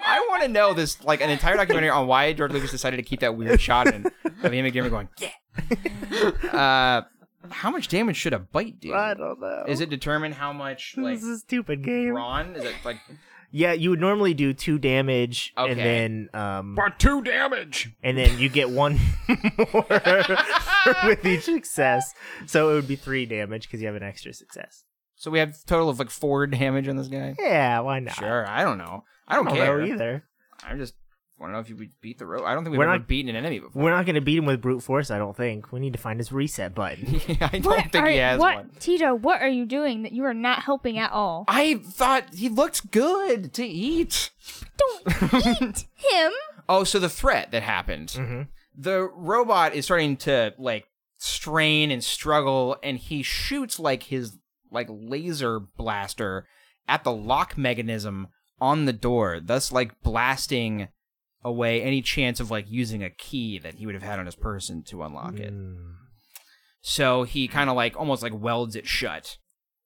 Speaker 2: I want to know this like an entire documentary on why George Lucas decided to keep that weird shot in of him and Gimmer going yeah. uh, how much damage should a bite do?
Speaker 3: I don't know.
Speaker 2: Is it determine how much like
Speaker 3: this is a stupid game.
Speaker 2: brawn? Is it like
Speaker 3: Yeah, you would normally do two damage, and
Speaker 2: Okay.
Speaker 3: then um,
Speaker 5: For two damage.
Speaker 3: and then you get one more
Speaker 10: with each success. So it would be three damage because you have an extra success.
Speaker 2: So we have a total of like four damage on this guy.
Speaker 10: Yeah, why not?
Speaker 2: Sure, I don't know. I don't,
Speaker 10: I don't
Speaker 2: care
Speaker 10: know either.
Speaker 2: I just want to know if you would beat the rope. I don't think we've
Speaker 10: We're
Speaker 2: ever
Speaker 10: not-
Speaker 2: beaten an enemy before.
Speaker 10: We're not going to beat him with brute force, I don't think. We need to find his reset button.
Speaker 2: I don't
Speaker 4: What
Speaker 2: think
Speaker 4: are,
Speaker 2: he has
Speaker 4: what,
Speaker 2: one.
Speaker 4: Tito, what are you doing that you are not helping at all?
Speaker 2: I thought he looked good to eat.
Speaker 4: Him?
Speaker 2: Oh, so the threat that happened. The robot is starting to like strain and struggle, and he shoots like his like laser blaster at the lock mechanism on the door, thus like blasting away any chance of like using a key that he would have had on his person to unlock it. So he kind of like almost like welds it shut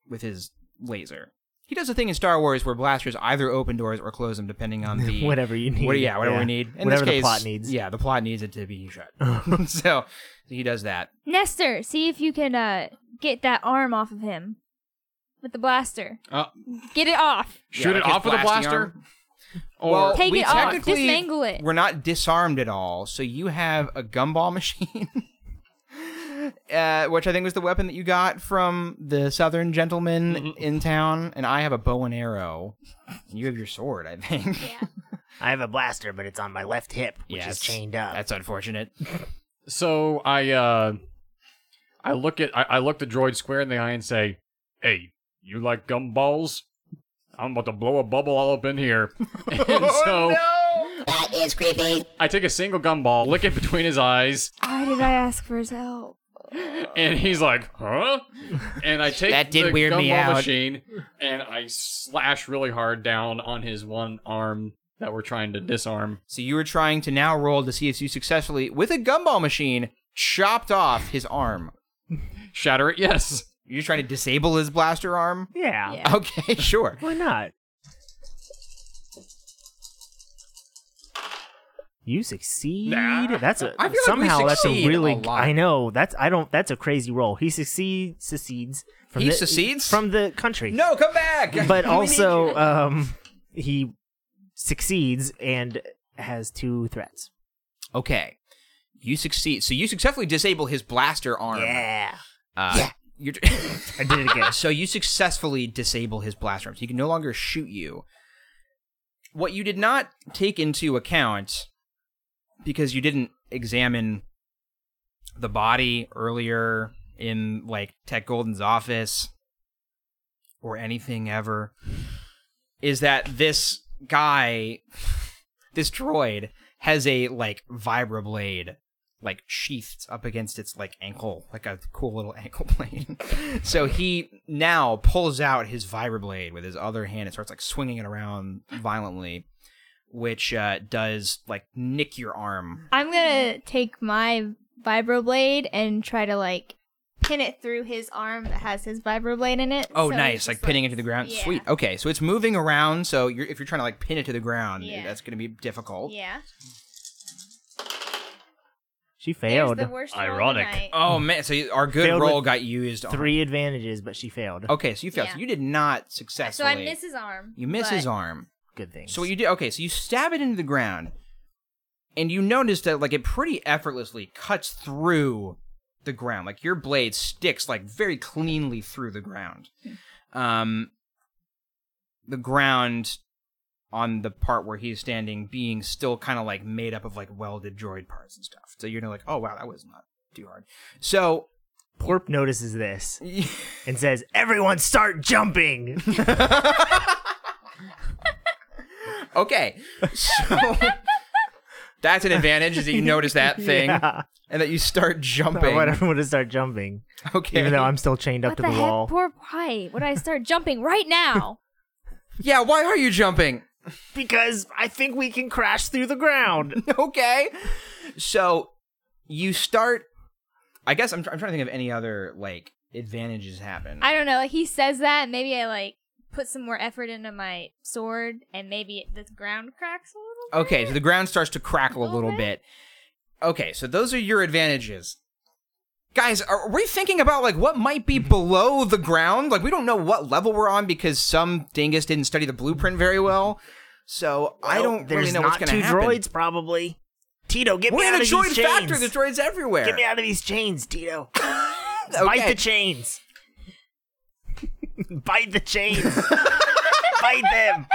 Speaker 2: with his laser. He does a thing in Star Wars where blasters either open doors or close them, depending on the
Speaker 10: Whatever you need.
Speaker 2: What, yeah, whatever
Speaker 10: Yeah.
Speaker 2: we need. In
Speaker 10: Whatever
Speaker 2: this
Speaker 10: the
Speaker 2: case,
Speaker 10: plot needs.
Speaker 2: Yeah, the plot needs it to be shut. so he does that.
Speaker 4: Nestor, see if you can uh, get that arm off of him with the blaster.
Speaker 5: Uh,
Speaker 4: Get it off.
Speaker 2: Yeah,
Speaker 5: shoot it
Speaker 2: like his
Speaker 5: off with a
Speaker 2: blasting
Speaker 5: blaster.
Speaker 2: arm.
Speaker 5: Or
Speaker 2: well,
Speaker 4: Take
Speaker 2: we
Speaker 4: it off.
Speaker 2: technically-
Speaker 4: Disangle it.
Speaker 2: We're not disarmed at all. So you have a gumball machine, uh, which I think was the weapon that you got from the southern gentleman
Speaker 10: Mm-hmm.
Speaker 2: in town, and I have a bow and arrow. And you have your sword, I think.
Speaker 3: I have a blaster, but it's on my left hip, which
Speaker 2: Yes.
Speaker 3: is chained up.
Speaker 2: That's unfortunate.
Speaker 5: so I uh, I look at I, I look the droid square in the eye and say, "Hey, you like gumballs? I'm about to blow a bubble all up in here." and
Speaker 2: Oh,
Speaker 5: so
Speaker 9: That is creepy.
Speaker 5: I take a single gumball, lick it between his eyes,
Speaker 4: Why did I ask for his help?
Speaker 5: and he's like, "Huh?" And I take
Speaker 2: That did
Speaker 5: the
Speaker 2: weird
Speaker 5: gumball
Speaker 2: me out.
Speaker 5: machine and I slash really hard down on his one arm that we're trying to disarm.
Speaker 2: So you were trying to now roll to see if you successfully, with a gumball machine, chopped off his arm.
Speaker 5: Shatter it, yes.
Speaker 2: You're trying to disable his blaster arm?
Speaker 10: Yeah.
Speaker 4: Yeah.
Speaker 2: Okay, sure.
Speaker 10: Why not? You succeed.
Speaker 5: Nah.
Speaker 10: That's a
Speaker 2: I feel like we
Speaker 10: somehow that's a
Speaker 2: succeed a
Speaker 10: really
Speaker 2: lot.
Speaker 10: I know that's I don't that's a crazy roll. He succeeds succeeds from
Speaker 2: He
Speaker 10: the,
Speaker 2: succeeds?
Speaker 10: from the country.
Speaker 2: No, come back!
Speaker 10: but
Speaker 2: We need
Speaker 10: also
Speaker 2: you.
Speaker 10: um he succeeds and has two threats.
Speaker 2: Okay. You succeed. So you successfully disable his blaster arm.
Speaker 3: yeah.
Speaker 2: Uh,
Speaker 9: Yeah.
Speaker 2: You're...
Speaker 10: I did it again.
Speaker 2: so you successfully disable his blaster arm. So he can no longer shoot you. What you did not take into account, because you didn't examine the body earlier in like Tech Golden's office or anything ever, is that this guy, this droid, has a like vibroblade like sheathed up against its like ankle, like a cool little ankle blade. so he now pulls out his vibroblade with his other hand and starts like swinging it around violently, which uh, does like nick your arm.
Speaker 4: I'm gonna take my vibroblade and try to like pin it through his arm that has his vibroblade in it.
Speaker 2: Oh,
Speaker 4: so
Speaker 2: nice!
Speaker 4: it's
Speaker 2: Like
Speaker 4: just
Speaker 2: pinning it to the ground.
Speaker 4: yeah.
Speaker 2: Sweet. Okay, so it's moving around. So you're, if you're trying to like pin it to the ground,
Speaker 4: Yeah.
Speaker 2: that's going to be difficult.
Speaker 4: Yeah.
Speaker 10: She
Speaker 4: There's
Speaker 10: failed.
Speaker 4: the worst roll of the
Speaker 5: Ironic.
Speaker 4: night.
Speaker 2: Oh man! So you- our good
Speaker 10: Failed
Speaker 2: roll
Speaker 10: with
Speaker 2: got used. on-
Speaker 10: Three advantages, but she failed.
Speaker 2: Okay, so you failed.
Speaker 4: Yeah.
Speaker 2: So you did not
Speaker 4: so
Speaker 2: successfully.
Speaker 4: I miss his arm.
Speaker 2: You miss his
Speaker 4: but-
Speaker 2: arm.
Speaker 10: Good thing.
Speaker 2: So what you do? Okay, so you stab it into the ground, and you notice that like it pretty effortlessly cuts through the ground. Like your blade sticks like very cleanly through the ground. Um, the ground on the part where he's standing being still kind of like made up of like welded droid parts and stuff. So you're like, oh wow, that was not too hard. So.
Speaker 10: Porp notices this and says, "Everyone, start jumping."
Speaker 2: Okay. So that's an advantage is that you notice that thing
Speaker 10: Yeah.
Speaker 2: and that you start
Speaker 10: I
Speaker 2: jumping.
Speaker 10: want everyone to start jumping,
Speaker 2: Okay.
Speaker 10: even though I'm still chained up
Speaker 4: What
Speaker 10: to
Speaker 4: the,
Speaker 10: the,
Speaker 4: heck?
Speaker 10: wall.
Speaker 4: Poor why would I start jumping right now?
Speaker 2: yeah, why are you jumping?
Speaker 10: because I think we can crash through the ground.
Speaker 2: okay. So you start I guess I'm, tr- I'm trying to think of any other like advantages happen.
Speaker 4: I don't know. Like he says that, maybe I like put some more effort into my sword, and maybe it, the ground cracks a little.
Speaker 2: Okay, so the ground starts to crackle a little
Speaker 4: Okay.
Speaker 2: bit. Okay, so those are your advantages. Guys, are we thinking about like what might be below the ground? Like we don't know what level we're on because some dingus didn't study the blueprint very well. So I
Speaker 3: Well,
Speaker 2: don't
Speaker 3: there's
Speaker 2: really know
Speaker 3: not
Speaker 2: what's going to
Speaker 3: two
Speaker 2: happen.
Speaker 3: droids probably. Tito, get me
Speaker 2: We're
Speaker 3: out
Speaker 2: in a
Speaker 3: of
Speaker 2: droid
Speaker 3: these chains.
Speaker 2: factory. There's droids everywhere.
Speaker 3: Get me out of these chains, Tito.
Speaker 2: Okay.
Speaker 3: Bite the chains. Bite the chains. Bite them.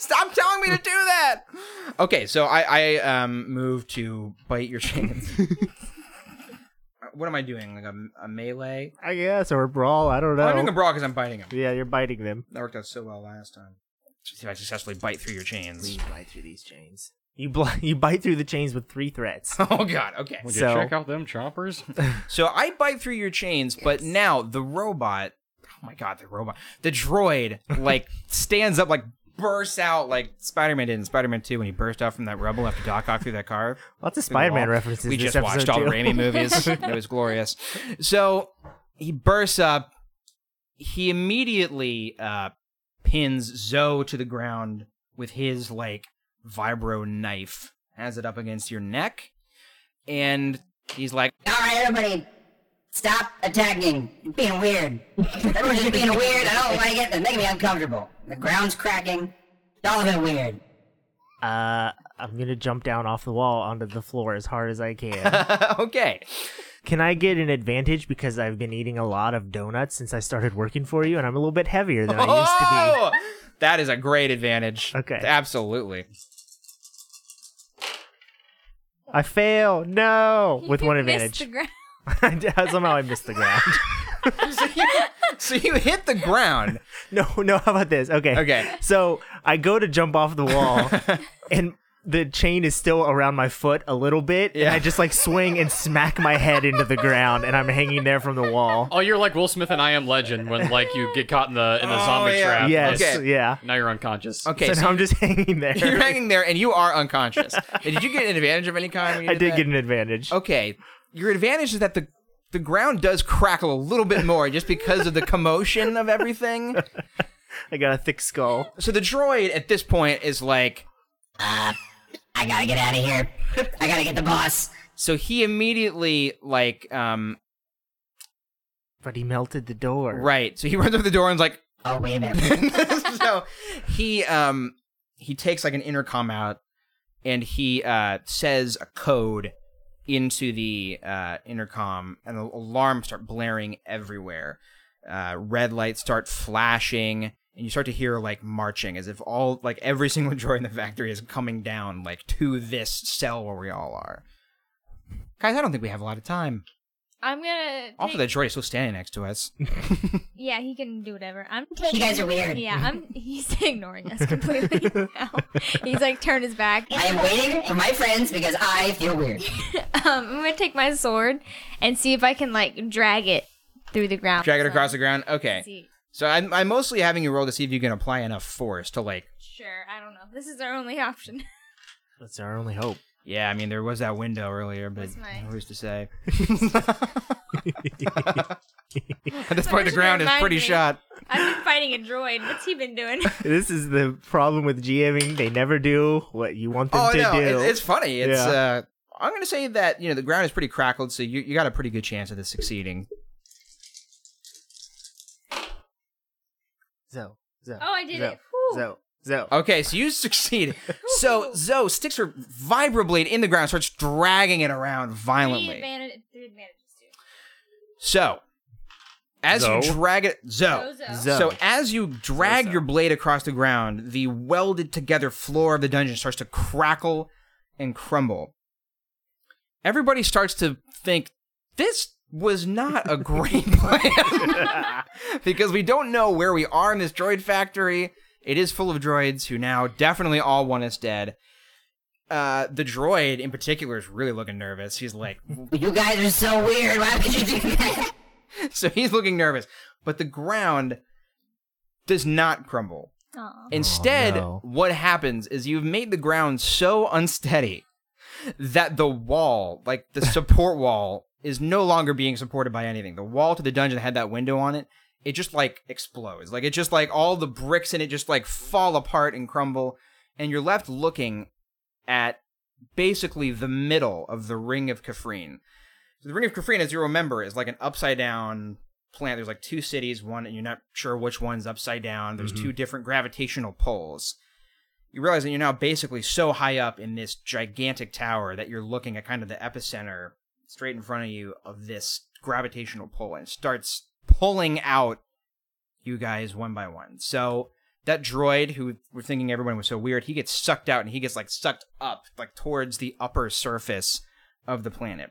Speaker 2: Stop telling me to do that. Okay, so I, I um move to bite your chains. what am I doing? Like a, a melee?
Speaker 10: I guess, or brawl. I don't know.
Speaker 2: I'm doing a brawl because I'm biting him.
Speaker 10: yeah, you're biting them.
Speaker 2: That worked out so well last time. Let's see if I successfully bite through your chains.
Speaker 3: Bite through these chains.
Speaker 10: You bl- you bite through the chains with three threats.
Speaker 2: Oh god. Okay.
Speaker 5: Would
Speaker 10: So-
Speaker 5: you check out them choppers?
Speaker 2: So I bite through your chains, but now the robot. Oh my god, the robot, the droid, like stands up, like bursts out, like Spider-Man did in Spider-Man Two when he burst out from that rubble after Doc Ock threw that car.
Speaker 10: Lots of
Speaker 2: through the
Speaker 10: Spider-Man
Speaker 2: wall.
Speaker 10: references.
Speaker 2: We
Speaker 10: this
Speaker 2: just watched
Speaker 10: episode,
Speaker 2: all the
Speaker 10: too.
Speaker 2: Raimi movies. it was glorious. So he bursts up. He immediately uh, pins Zoe to the ground with his like vibro knife, has it up against your neck, and he's like,
Speaker 9: All right, everybody, stop attacking. You're being weird. Everyone's just being weird. I don't like it. They're making me uncomfortable. The ground's cracking. Y'all have been weird.
Speaker 10: Uh, I'm gonna jump down off the wall onto the floor as hard as I can.
Speaker 2: "Okay."
Speaker 10: can I get an advantage because I've been eating a lot of donuts since I started working for you, and I'm a little bit heavier than I used to be.
Speaker 2: Oh! That is a great advantage.
Speaker 10: Okay.
Speaker 2: Absolutely.
Speaker 10: I fail. No, with
Speaker 4: You
Speaker 10: one advantage.
Speaker 4: missed the ground.
Speaker 10: Somehow I missed the ground.
Speaker 2: So you hit the ground.
Speaker 10: No, no. How about this? Okay.
Speaker 2: Okay.
Speaker 10: So I go to jump off the wall, and the chain is still around my foot a little bit, and
Speaker 2: Yeah.
Speaker 10: I just like swing and smack my head into the ground, and I'm hanging there from the wall.
Speaker 5: oh, you're like Will Smith and I Am Legend when like you get caught in the in the
Speaker 2: Oh,
Speaker 5: zombie
Speaker 2: yeah.
Speaker 5: trap.
Speaker 10: Yes.
Speaker 2: Okay.
Speaker 10: Yeah.
Speaker 5: Now you're unconscious.
Speaker 2: Okay,
Speaker 10: so
Speaker 2: so
Speaker 10: now I'm just hanging there.
Speaker 2: you're hanging there and you are unconscious. And did you get an advantage of any kind? When you
Speaker 10: I did
Speaker 2: that?
Speaker 10: get an advantage.
Speaker 2: Okay. Your advantage is that the the ground does crackle a little bit more just because of the commotion of everything.
Speaker 10: I got a thick skull.
Speaker 2: So the droid at this point is like
Speaker 9: I gotta get out of here. I gotta get the boss.
Speaker 2: so he immediately like um
Speaker 10: But he melted the door.
Speaker 2: right. So he runs up to the door and's like
Speaker 9: Oh, wait a minute.
Speaker 2: so he um he takes like an intercom out and he uh says a code into the uh intercom and the alarms start blaring everywhere uh red lights start flashing and you start to hear like marching as if all like every single droid in the factory is coming down like to this cell where we all are guys i don't think we have a lot of time
Speaker 4: I'm gonna.
Speaker 2: also
Speaker 4: take-
Speaker 2: that droid is still standing next to us
Speaker 4: Yeah, he can do whatever. I'm taking.
Speaker 9: You guys are weird.
Speaker 4: Yeah, I'm. He's ignoring us completely now. He's like turned his back.
Speaker 9: I am waiting for my friends because I feel weird.
Speaker 4: Um, I'm gonna take my sword and see if I can like drag it through the ground.
Speaker 2: drag it
Speaker 4: So,
Speaker 2: across the ground okay
Speaker 4: see.
Speaker 2: So I'm, I'm mostly having you roll to see if you can apply enough force to like.
Speaker 4: Sure, I don't know. This is our only option.
Speaker 10: That's our only hope.
Speaker 2: Yeah, I mean there was that window earlier, but
Speaker 4: That's my-
Speaker 2: who's to say? At this point, the
Speaker 4: Sometimes
Speaker 2: ground
Speaker 4: it
Speaker 2: is pretty
Speaker 4: reminds me.
Speaker 2: shot.
Speaker 4: I've been fighting a droid. What's he been doing?
Speaker 10: This is the problem with GMing. They never do what you want them
Speaker 2: Oh
Speaker 10: to
Speaker 2: no,
Speaker 10: do.
Speaker 2: it's, it's funny. It's
Speaker 10: Yeah.
Speaker 2: uh, I'm gonna say that you know the ground is pretty crackled, so you you got a pretty good chance of this succeeding.
Speaker 10: Zo, zo.
Speaker 4: Oh, I did
Speaker 10: zo,
Speaker 4: it. Whew.
Speaker 10: Zo, zo.
Speaker 2: Okay, so you succeed. so Zoe sticks her vibroblade in the ground, starts dragging it around
Speaker 4: Three,
Speaker 2: violently.
Speaker 4: advantage- three advantages too.
Speaker 2: So as you
Speaker 5: Zoe?
Speaker 2: drag it, Zoe.
Speaker 4: Zozo.
Speaker 10: Zo-
Speaker 2: So as you drag your blade across the ground, the welded together floor of the dungeon starts to crackle and crumble. Everybody starts to think this was not a great plan because we don't know where we are in this droid factory. It is full of droids who now definitely all want us dead. Uh, the droid in particular is really looking nervous. He's like,
Speaker 9: You guys are so weird. Why would you do that?
Speaker 2: so he's looking nervous, but the ground does not crumble.
Speaker 4: Aw.
Speaker 2: Instead,
Speaker 10: no.
Speaker 2: what happens is you've made the ground so unsteady that the wall, like the support wall, is no longer being supported by anything. The wall to the dungeon that had that window on it. It just like explodes. Like it just like all the bricks in it just like fall apart and crumble, and you're left looking at basically the middle of the ring of Kafrine. So the ring of Kafrine, as you remember, is like an upside down planet. There's like two cities, one and you're not sure which one's upside down. There's two different gravitational poles. you realize that you're now basically so high up in this gigantic tower that you're looking at kind of the epicenter straight in front of you of this gravitational pull and it starts pulling out you guys one by one. So that droid who we're thinking everyone was so weird, he gets sucked out and he gets like sucked up like towards the upper surface of the planet.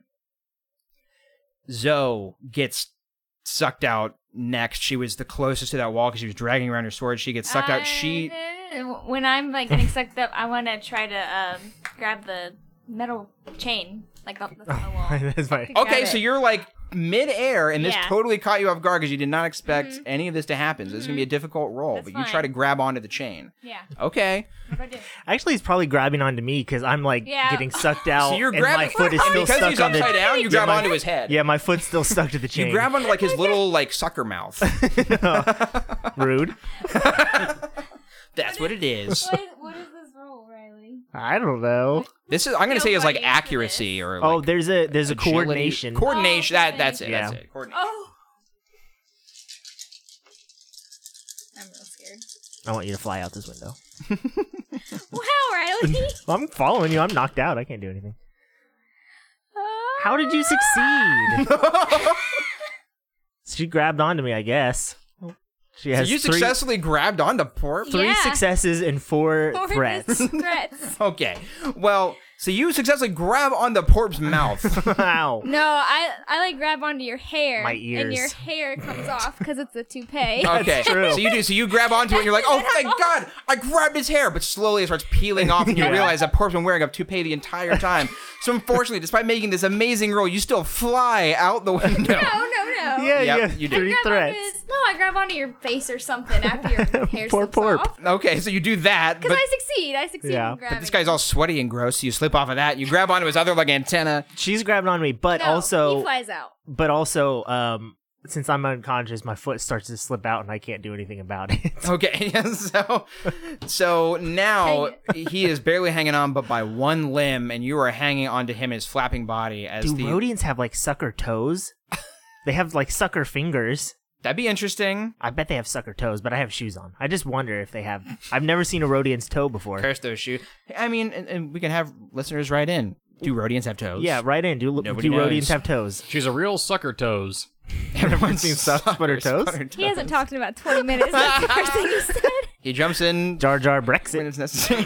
Speaker 2: Zoe gets sucked out next. She was the closest to that wall because she was dragging around her sword. She gets sucked out. She
Speaker 4: I- when I'm like getting sucked up, I want to try to um, grab the metal chain like off the wall.
Speaker 3: That's my
Speaker 2: Okay,
Speaker 4: Got
Speaker 2: so
Speaker 4: it.
Speaker 2: you're like mid-air, and this
Speaker 4: Yeah. Mm-hmm.
Speaker 2: totally caught you off guard because you did not expect any of this to happen. So this is gonna be a difficult roll,
Speaker 4: That's
Speaker 2: but you try
Speaker 4: fine.
Speaker 2: to grab onto the chain.
Speaker 4: Yeah.
Speaker 2: Okay,
Speaker 4: What do I do?
Speaker 3: Actually, he's probably grabbing onto me because I'm like
Speaker 4: Yeah.
Speaker 3: getting sucked out.
Speaker 2: so you're
Speaker 3: and
Speaker 2: grabbing
Speaker 3: my foot is still
Speaker 2: because
Speaker 3: stuck
Speaker 2: he's
Speaker 3: on the
Speaker 2: upside down. You grab
Speaker 3: my-
Speaker 2: onto his head.
Speaker 3: Yeah, my foot's still stuck to the chain.
Speaker 2: you grab onto like his little like sucker mouth.
Speaker 3: Rude.
Speaker 2: That's what it is.
Speaker 4: What is, what is this roll, Riley?
Speaker 3: I don't know.
Speaker 2: This is I'm gonna say is like
Speaker 4: Nobody into
Speaker 2: accuracy or
Speaker 3: oh,
Speaker 2: like
Speaker 3: there's a there's a
Speaker 2: agility-
Speaker 3: coordination.
Speaker 2: Coordination. That that's it.
Speaker 3: Yeah.
Speaker 2: That's it. Coordination.
Speaker 4: Oh. I'm real scared.
Speaker 3: I want you to fly out this window.
Speaker 4: Wow, Riley.
Speaker 3: Well, I'm following you. I'm knocked out. I can't do anything. How did you succeed? she grabbed onto me, I guess. She
Speaker 2: So
Speaker 3: has
Speaker 2: you
Speaker 3: three,
Speaker 2: successfully grabbed onto port.
Speaker 3: three
Speaker 4: Yeah.
Speaker 3: successes and four,
Speaker 4: Four
Speaker 3: threats.
Speaker 4: threats.
Speaker 2: Okay. Well, so you successfully grab on the porp's mouth.
Speaker 3: wow.
Speaker 4: No, I I like grab onto your hair.
Speaker 3: My
Speaker 4: And your
Speaker 3: ears. Oh.
Speaker 4: hair comes off because it's a toupee.
Speaker 2: Okay.
Speaker 3: true.
Speaker 2: So you do. So you grab onto it and you're like, oh, thank God, I grabbed his hair. But slowly it starts peeling off and you
Speaker 3: Yeah.
Speaker 2: realize that Porp's been wearing a toupee the entire time. So unfortunately, despite making this amazing roll, you still fly out the window.
Speaker 4: Oh no no.
Speaker 3: Yeah,
Speaker 2: Yep,
Speaker 3: yeah.
Speaker 2: you did.
Speaker 3: Three
Speaker 4: Grab onto
Speaker 3: threats.
Speaker 4: his- no, I grab onto your face or something after your hair
Speaker 3: Poor
Speaker 4: slips
Speaker 3: porp.
Speaker 4: off.
Speaker 2: Okay, so you do that, but
Speaker 4: Because I succeed. I succeed
Speaker 3: Yeah.
Speaker 4: in
Speaker 3: But
Speaker 4: grabbing.
Speaker 2: this guy's all sweaty and gross. So you slip off of that. You grab onto his other like antenna.
Speaker 3: She's grabbing on me, but
Speaker 4: No, he
Speaker 3: also,
Speaker 4: flies out.
Speaker 3: but also, um, since I'm unconscious, my foot starts to slip out, and I can't do anything about it.
Speaker 2: Okay, so so now he is barely hanging on, but by one limb, and you are hanging onto him his flapping body as
Speaker 3: do
Speaker 2: the
Speaker 3: Rhodians have like sucker toes? they have like sucker fingers.
Speaker 2: that'd be interesting.
Speaker 3: I bet they have sucker toes, but I have shoes on. I just wonder if they have. I've never seen a Rhodian's toe before.
Speaker 2: Curse those shoes. I mean, and, and we can have listeners write in. Do Rhodians have toes?
Speaker 3: Yeah, right in. Do, do
Speaker 2: Nobody knows.
Speaker 3: Rhodians have toes?
Speaker 5: She's a real sucker toes.
Speaker 2: everyone
Speaker 3: seems to split her toes.
Speaker 4: He hasn't talked in about 20 minutes. That's the first thing he said. Oh
Speaker 2: He jumps in
Speaker 3: Jar Jar
Speaker 2: when
Speaker 3: Brexit.
Speaker 2: it's necessary.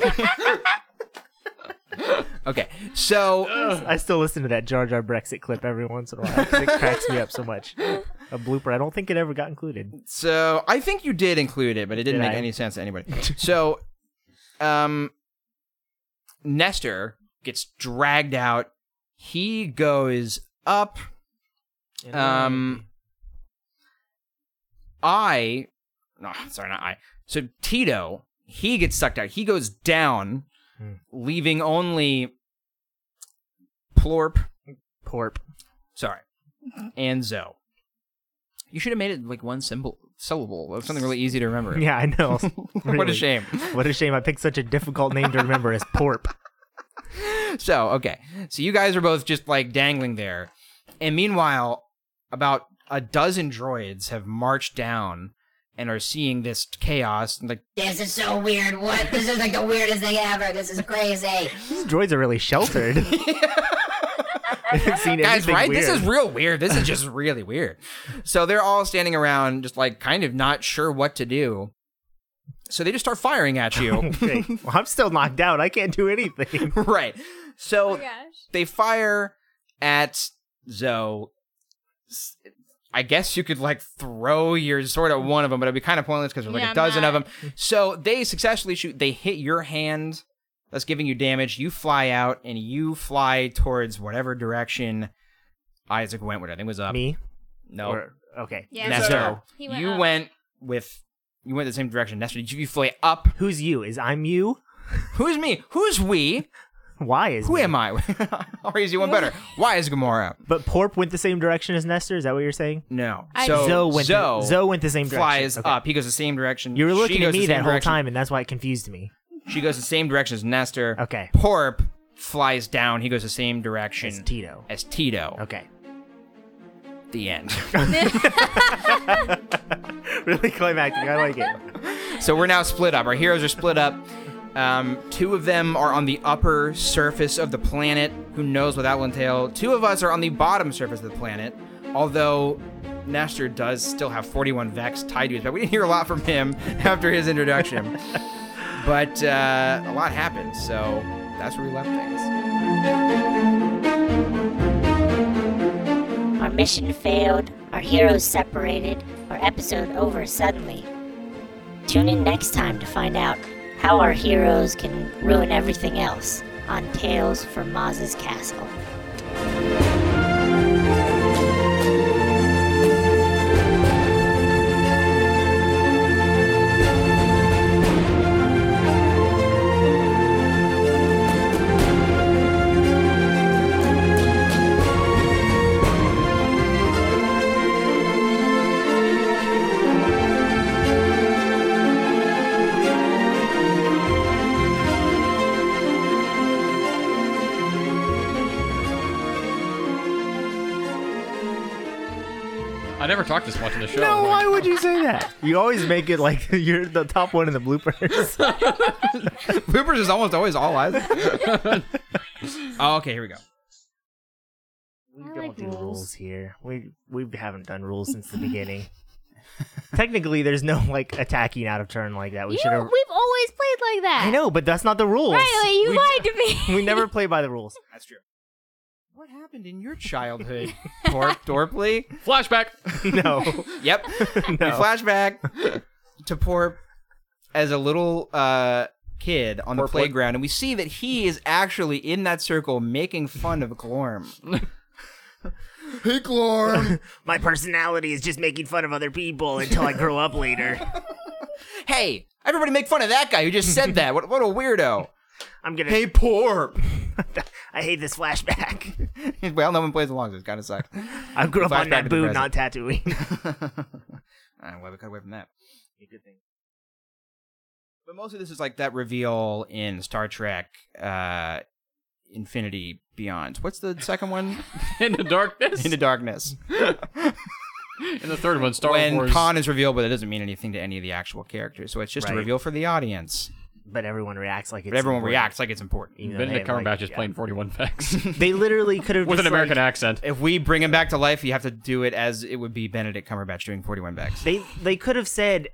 Speaker 2: okay, so
Speaker 3: I still listen to that Jar Jar Brexit clip every once in a while. 'cause It cracks me up so much. A blooper. I don't think it ever got included.
Speaker 2: so I think you did include it, but it didn't
Speaker 3: Did
Speaker 2: make
Speaker 3: I?
Speaker 2: any sense to anybody. So, um, Nestor gets dragged out. He goes up. Um, I, no, sorry, not I. So Tito, he gets sucked out. He goes down,
Speaker 3: Hmm.
Speaker 2: leaving only Plorp.
Speaker 3: Porp.
Speaker 2: Sorry, and Zo. You should have made it like one symbol, syllable, of something really easy to remember.
Speaker 3: Yeah, I know.
Speaker 2: What a
Speaker 3: Really.
Speaker 2: shame.
Speaker 3: What a shame! I picked such a difficult name to remember as Porp.
Speaker 2: So okay, so you guys are both just like dangling there, and meanwhile, about a dozen droids have marched down and are seeing this chaos. And like,
Speaker 9: This is so weird. What? This is like the weirdest thing ever. This is crazy.
Speaker 3: These droids are really sheltered. They've seen
Speaker 2: guys,
Speaker 3: everything
Speaker 2: right?
Speaker 3: Weird.
Speaker 2: This is real weird. This is just really weird. So they're all standing around, just like kind of not sure what to do. So they just start firing at you,
Speaker 3: Okay. Well, I'm still knocked out. I can't do anything.
Speaker 2: right? So
Speaker 4: Oh, gosh.
Speaker 2: they fire at Zoe. S- I guess you could like throw your sword at one of them, but it'd be kind of pointless because there's like
Speaker 4: Yeah,
Speaker 2: a
Speaker 4: I'm
Speaker 2: dozen
Speaker 4: not-
Speaker 2: of them. So they successfully shoot. They hit your hand, that's giving you damage. You fly out and you fly towards whatever direction Isaac went. What I think was up.
Speaker 3: Me?
Speaker 2: no,
Speaker 3: Or- okay.
Speaker 4: Yeah.
Speaker 2: Nestor.
Speaker 3: So-
Speaker 4: He went
Speaker 2: you
Speaker 4: up.
Speaker 2: went with you went the same direction. Nestor, you, you fly up.
Speaker 3: Who's you? Is I'm you?
Speaker 2: Who's me? Who's we?
Speaker 3: Why is
Speaker 2: Who
Speaker 3: me?
Speaker 2: am I? or is you one better? Why is Gamora?
Speaker 3: But Porp went the same direction as Nestor. Is that what you're saying?
Speaker 2: No.
Speaker 4: I-
Speaker 2: so
Speaker 3: Zoe went.
Speaker 2: Zoe
Speaker 3: the, Zoe went the same direction.
Speaker 2: flies
Speaker 3: Okay.
Speaker 2: up. He goes the same direction.
Speaker 3: You were
Speaker 2: She
Speaker 3: looking
Speaker 2: goes
Speaker 3: at
Speaker 2: the
Speaker 3: me
Speaker 2: same
Speaker 3: that whole
Speaker 2: direction.
Speaker 3: time, and that's why it confused me.
Speaker 2: She goes the same direction as Nestor.
Speaker 3: Okay.
Speaker 2: Porp flies down. He goes the same direction
Speaker 3: It's Tito.
Speaker 2: as Tito.
Speaker 3: Okay.
Speaker 2: The end.
Speaker 3: really climactic. I like it.
Speaker 2: so we're now split up. Our heroes are split up. Um, two of them are on the upper surface of the planet. Who knows what that will entail? Two of us are on the bottom surface of the planet, although Nestor does still have 41 Vex tied to his back. We didn't hear a lot from him after his introduction, but uh, a lot happened, so that's where we left things.
Speaker 1: Our mission failed, our heroes separated, our episode over suddenly. Tune in next time to find out how our heroes can ruin everything else on Tales from Maz's Castle.
Speaker 5: I never talked this much in the show.
Speaker 3: No, why would you say that? You always make it like you're the top one in the bloopers.
Speaker 2: Bloopers is almost always all eyes. oh, okay, here we go.
Speaker 3: We don't do rules here. We we haven't done rules since the beginning. Technically, there's no like attacking out of turn like that. We
Speaker 4: you
Speaker 3: should
Speaker 4: know,
Speaker 3: have.
Speaker 4: we've always played like that.
Speaker 3: I know, but that's not the rules.
Speaker 4: Riley, you
Speaker 3: we,
Speaker 4: lied to me.
Speaker 3: we never play by the rules.
Speaker 2: That's true. What happened in your childhood, Torp Dorpley?
Speaker 5: Flashback.
Speaker 3: No.
Speaker 2: Yep. We
Speaker 3: No.
Speaker 2: flash back Oh. to Porp as a little uh, kid on the
Speaker 5: Porp what?
Speaker 2: playground, and we see that he is actually in that circle making fun of Glorm. hey, Glorm.
Speaker 11: My personality is just making fun of other people until I grow up later.
Speaker 2: hey, everybody make fun of that guy who just said that. What, what a weirdo.
Speaker 11: I'm gonna.
Speaker 2: Hey, Porp.
Speaker 11: I hate this flashback.
Speaker 2: well, no one plays along, so it kind of sucks.
Speaker 11: I grew up on
Speaker 2: Flashback to the
Speaker 11: Naboo, not Tatooine.
Speaker 2: I well, we got away from that. But mostly this is like that reveal in Star Trek uh, Infinity Beyond. What's the second one?
Speaker 5: In the darkness.
Speaker 2: Into Darkness.
Speaker 5: And the third one, Star
Speaker 2: when
Speaker 5: Wars.
Speaker 2: Khan is revealed, but it doesn't mean anything to any of the actual characters. So it's just a
Speaker 3: Right.
Speaker 2: reveal for the audience.
Speaker 3: But everyone reacts like it's
Speaker 2: but everyone
Speaker 3: important,
Speaker 2: reacts like it's important.
Speaker 3: even though
Speaker 5: Benedict
Speaker 3: they,
Speaker 5: Cumberbatch
Speaker 3: like,
Speaker 5: is
Speaker 3: yeah.
Speaker 5: playing 41 Vex
Speaker 3: They literally could have
Speaker 5: with an
Speaker 3: just,
Speaker 5: American
Speaker 3: like,
Speaker 5: accent.
Speaker 2: If we bring him back to life, you have to do it as it would be Benedict Cumberbatch doing 41 Becks.
Speaker 3: They they could have said,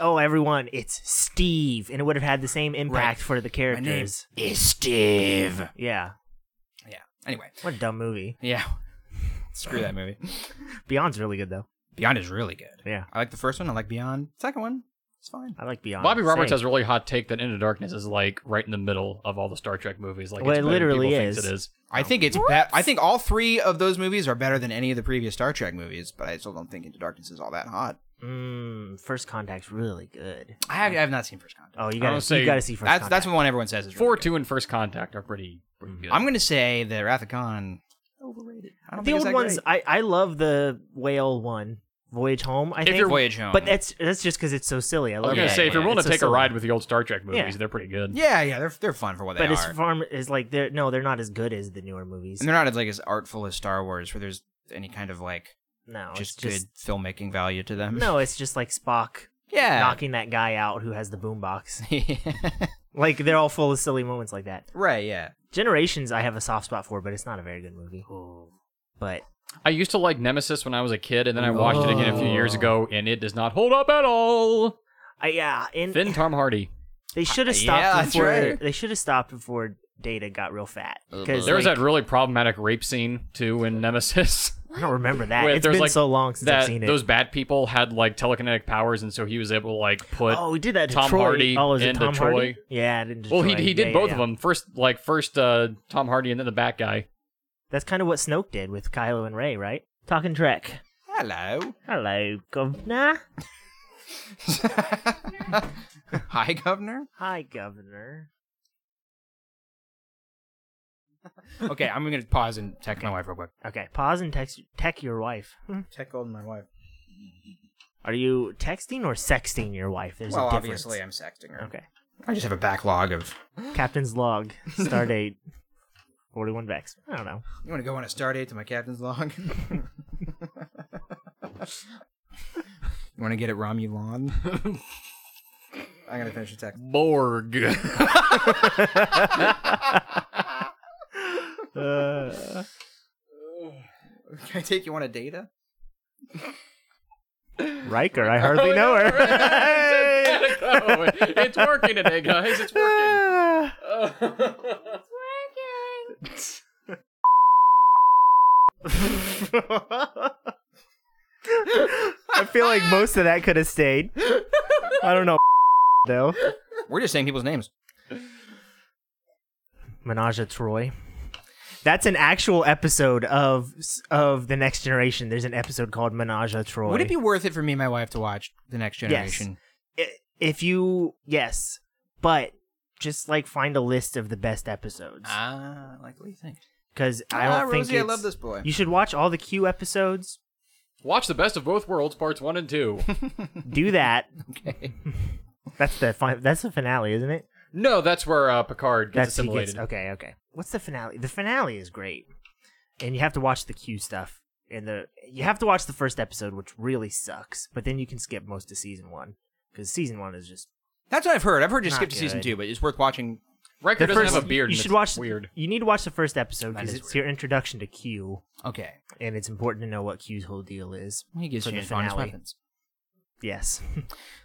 Speaker 3: "Oh, everyone, it's Steve," and it would have had the same impact for the characters.
Speaker 11: Is Steve?
Speaker 3: Yeah.
Speaker 2: Yeah. Anyway.
Speaker 3: What a dumb movie.
Speaker 2: Yeah. Screw that movie.
Speaker 3: Beyond's really good though.
Speaker 2: Beyond is really good.
Speaker 3: Yeah.
Speaker 2: I like the first one. I like Beyond. Second one, it's fine.
Speaker 3: I like Beyond.
Speaker 5: Bobby Roberts
Speaker 3: Same.
Speaker 5: has a really hot take that Into Darkness is like right in the middle of all the Star Trek movies. Like
Speaker 3: Well,
Speaker 5: it's
Speaker 3: it
Speaker 5: better than
Speaker 3: literally
Speaker 5: people thinks
Speaker 3: is.
Speaker 5: It is.
Speaker 2: I think it's be- I think all three of those movies are better than any of the previous Star Trek movies, but I still don't think Into Darkness is all that hot.
Speaker 3: Mm, first contact's really good.
Speaker 2: I have, I have not seen First Contact.
Speaker 3: Oh, you
Speaker 5: I
Speaker 3: gotta,
Speaker 5: would say
Speaker 3: you gotta see first.
Speaker 2: that's that's
Speaker 3: contact.
Speaker 2: what one everyone says is really
Speaker 5: Four,
Speaker 2: good.
Speaker 5: two, and First Contact are pretty, pretty
Speaker 3: Mm-hmm.
Speaker 5: good.
Speaker 2: I'm gonna say that Wrath of Khan overrated. I don't
Speaker 3: the
Speaker 2: think it's
Speaker 3: old
Speaker 2: that
Speaker 3: ones.
Speaker 2: great.
Speaker 3: I I love the whale one, Voyage Home. I
Speaker 5: If
Speaker 3: think
Speaker 5: you're-
Speaker 2: Voyage Home,
Speaker 3: but that's that's just because it's so silly. I
Speaker 5: I
Speaker 3: love
Speaker 5: was
Speaker 3: it.
Speaker 5: gonna say if you're willing
Speaker 3: It's
Speaker 5: to
Speaker 3: so
Speaker 5: take a
Speaker 3: silly.
Speaker 5: ride with the old Star Trek movies,
Speaker 3: Yeah.
Speaker 5: they're pretty good.
Speaker 2: yeah, yeah, they're they're fun for what
Speaker 3: But
Speaker 2: they
Speaker 3: it's
Speaker 2: are,
Speaker 3: farm is like they're no, they're not as good as the newer movies.
Speaker 2: and they're not as like as artful as Star Wars, where there's any kind of like
Speaker 3: no, it's
Speaker 2: just,
Speaker 3: just
Speaker 2: good filmmaking value to them.
Speaker 3: no, it's just like Spock
Speaker 2: yeah,
Speaker 3: knocking that guy out who has the boombox. Like they're all full of silly moments like that.
Speaker 2: right, yeah.
Speaker 3: Generations, I have a soft spot for, but it's not a very good movie. But
Speaker 5: I used to like Nemesis when I was a kid, and then I watched it again a few
Speaker 3: Oh.
Speaker 5: years ago, and it does not hold up at all.
Speaker 3: I, yeah, and
Speaker 5: Then Tom Hardy.
Speaker 3: they should
Speaker 2: Uh,
Speaker 3: have stopped
Speaker 2: yeah, that's
Speaker 3: before
Speaker 2: right.
Speaker 3: they should have stopped before Data got real fat. Because
Speaker 5: Uh, There was that really problematic rape scene too in Nemesis.
Speaker 3: I don't remember that.
Speaker 5: Where
Speaker 3: it's
Speaker 5: there's,
Speaker 3: been
Speaker 5: like,
Speaker 3: so long since I've
Speaker 5: that
Speaker 3: seen it.
Speaker 5: those bad people had like telekinetic powers, and so he was able to like put.
Speaker 3: oh, we did that. to
Speaker 5: Tom
Speaker 3: Troy.
Speaker 5: Hardy
Speaker 3: oh, is it
Speaker 5: and
Speaker 3: Tom Hardy?
Speaker 5: Troy.
Speaker 3: Yeah, and
Speaker 5: well, he
Speaker 3: Troy.
Speaker 5: he did
Speaker 3: Yeah,
Speaker 5: both
Speaker 3: yeah,
Speaker 5: of
Speaker 3: yeah.
Speaker 5: them. First, like first uh, Tom Hardy, and then the bat guy.
Speaker 3: That's kind of what Snoke did with Kylo and Ray, right? Talking Trek.
Speaker 2: Hello.
Speaker 3: Hello, Governor.
Speaker 2: Hi, Governor.
Speaker 3: Hi, Governor.
Speaker 2: Okay, I'm gonna pause and text my wife real quick.
Speaker 3: Okay, pause and text tech your wife. Hmm.
Speaker 2: Tech gold my wife.
Speaker 3: Are you texting or sexting your wife? There's
Speaker 2: well,
Speaker 3: a difference.
Speaker 2: obviously, I'm sexting her.
Speaker 3: Okay.
Speaker 2: I just have a backlog of.
Speaker 3: Captain's log, stardate, 41 Vex. I don't know.
Speaker 2: You want to go on a star date to my captain's log? you want to get it Romulan?
Speaker 12: I'm gonna finish the text.
Speaker 5: Borg.
Speaker 3: Uh,
Speaker 2: Can I take you on a data?
Speaker 3: Riker, I hardly know her.
Speaker 5: it's working today, guys. It's working.
Speaker 3: I feel like most of that could have stayed. I don't know, though.
Speaker 2: We're just saying people's names.
Speaker 3: Menage a Troy. That's an actual episode of of the Next Generation. There's an episode called Menage a Troy.
Speaker 2: Would it be worth it for me and my wife to watch The Next Generation?
Speaker 3: I- if you yes, but just like find a list of the best episodes
Speaker 2: Ah, like what do you think?
Speaker 3: because I don't
Speaker 2: ah,
Speaker 3: think
Speaker 2: Rosie, I
Speaker 3: it's-
Speaker 2: love this boy.
Speaker 3: You should watch all the Q episodes.
Speaker 5: Watch the best of both worlds, parts one and two.
Speaker 3: Do that.
Speaker 2: Okay.
Speaker 3: that's the fi- that's the finale, isn't it?
Speaker 5: No, that's where uh, Picard gets
Speaker 3: That's he
Speaker 5: assimilated.
Speaker 3: gets, okay, okay. What's the finale? The finale is great, and you have to watch the Q stuff. And the you have to watch the first episode, which really sucks. But then you can skip most of season one because season one is just
Speaker 2: That's what I've heard. I've heard just
Speaker 3: Not
Speaker 2: skip to season
Speaker 3: good.
Speaker 2: two, but it's worth watching.
Speaker 5: Riker
Speaker 3: the
Speaker 5: doesn't
Speaker 3: first-
Speaker 5: have a beard.
Speaker 3: You
Speaker 5: and
Speaker 3: should
Speaker 5: it's
Speaker 3: watch
Speaker 5: Weird.
Speaker 3: You need to watch the first episode
Speaker 2: That
Speaker 3: because
Speaker 2: is
Speaker 3: it's your introduction to Q,
Speaker 2: Okay.
Speaker 3: and it's important to know what Q's whole deal is.
Speaker 2: He gives
Speaker 3: for the
Speaker 2: James Bond his
Speaker 3: finale.
Speaker 2: weapons.
Speaker 3: Yes,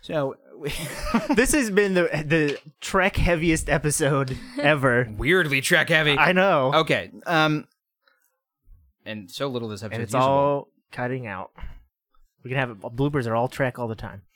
Speaker 2: So, we-
Speaker 3: this has been the the Trek heaviest episode ever.
Speaker 2: weirdly track heavy.
Speaker 3: I know,
Speaker 2: Okay. Um, and so little this episode.
Speaker 3: and it's all cutting out. We can have it, bloopers are all Trek all the time.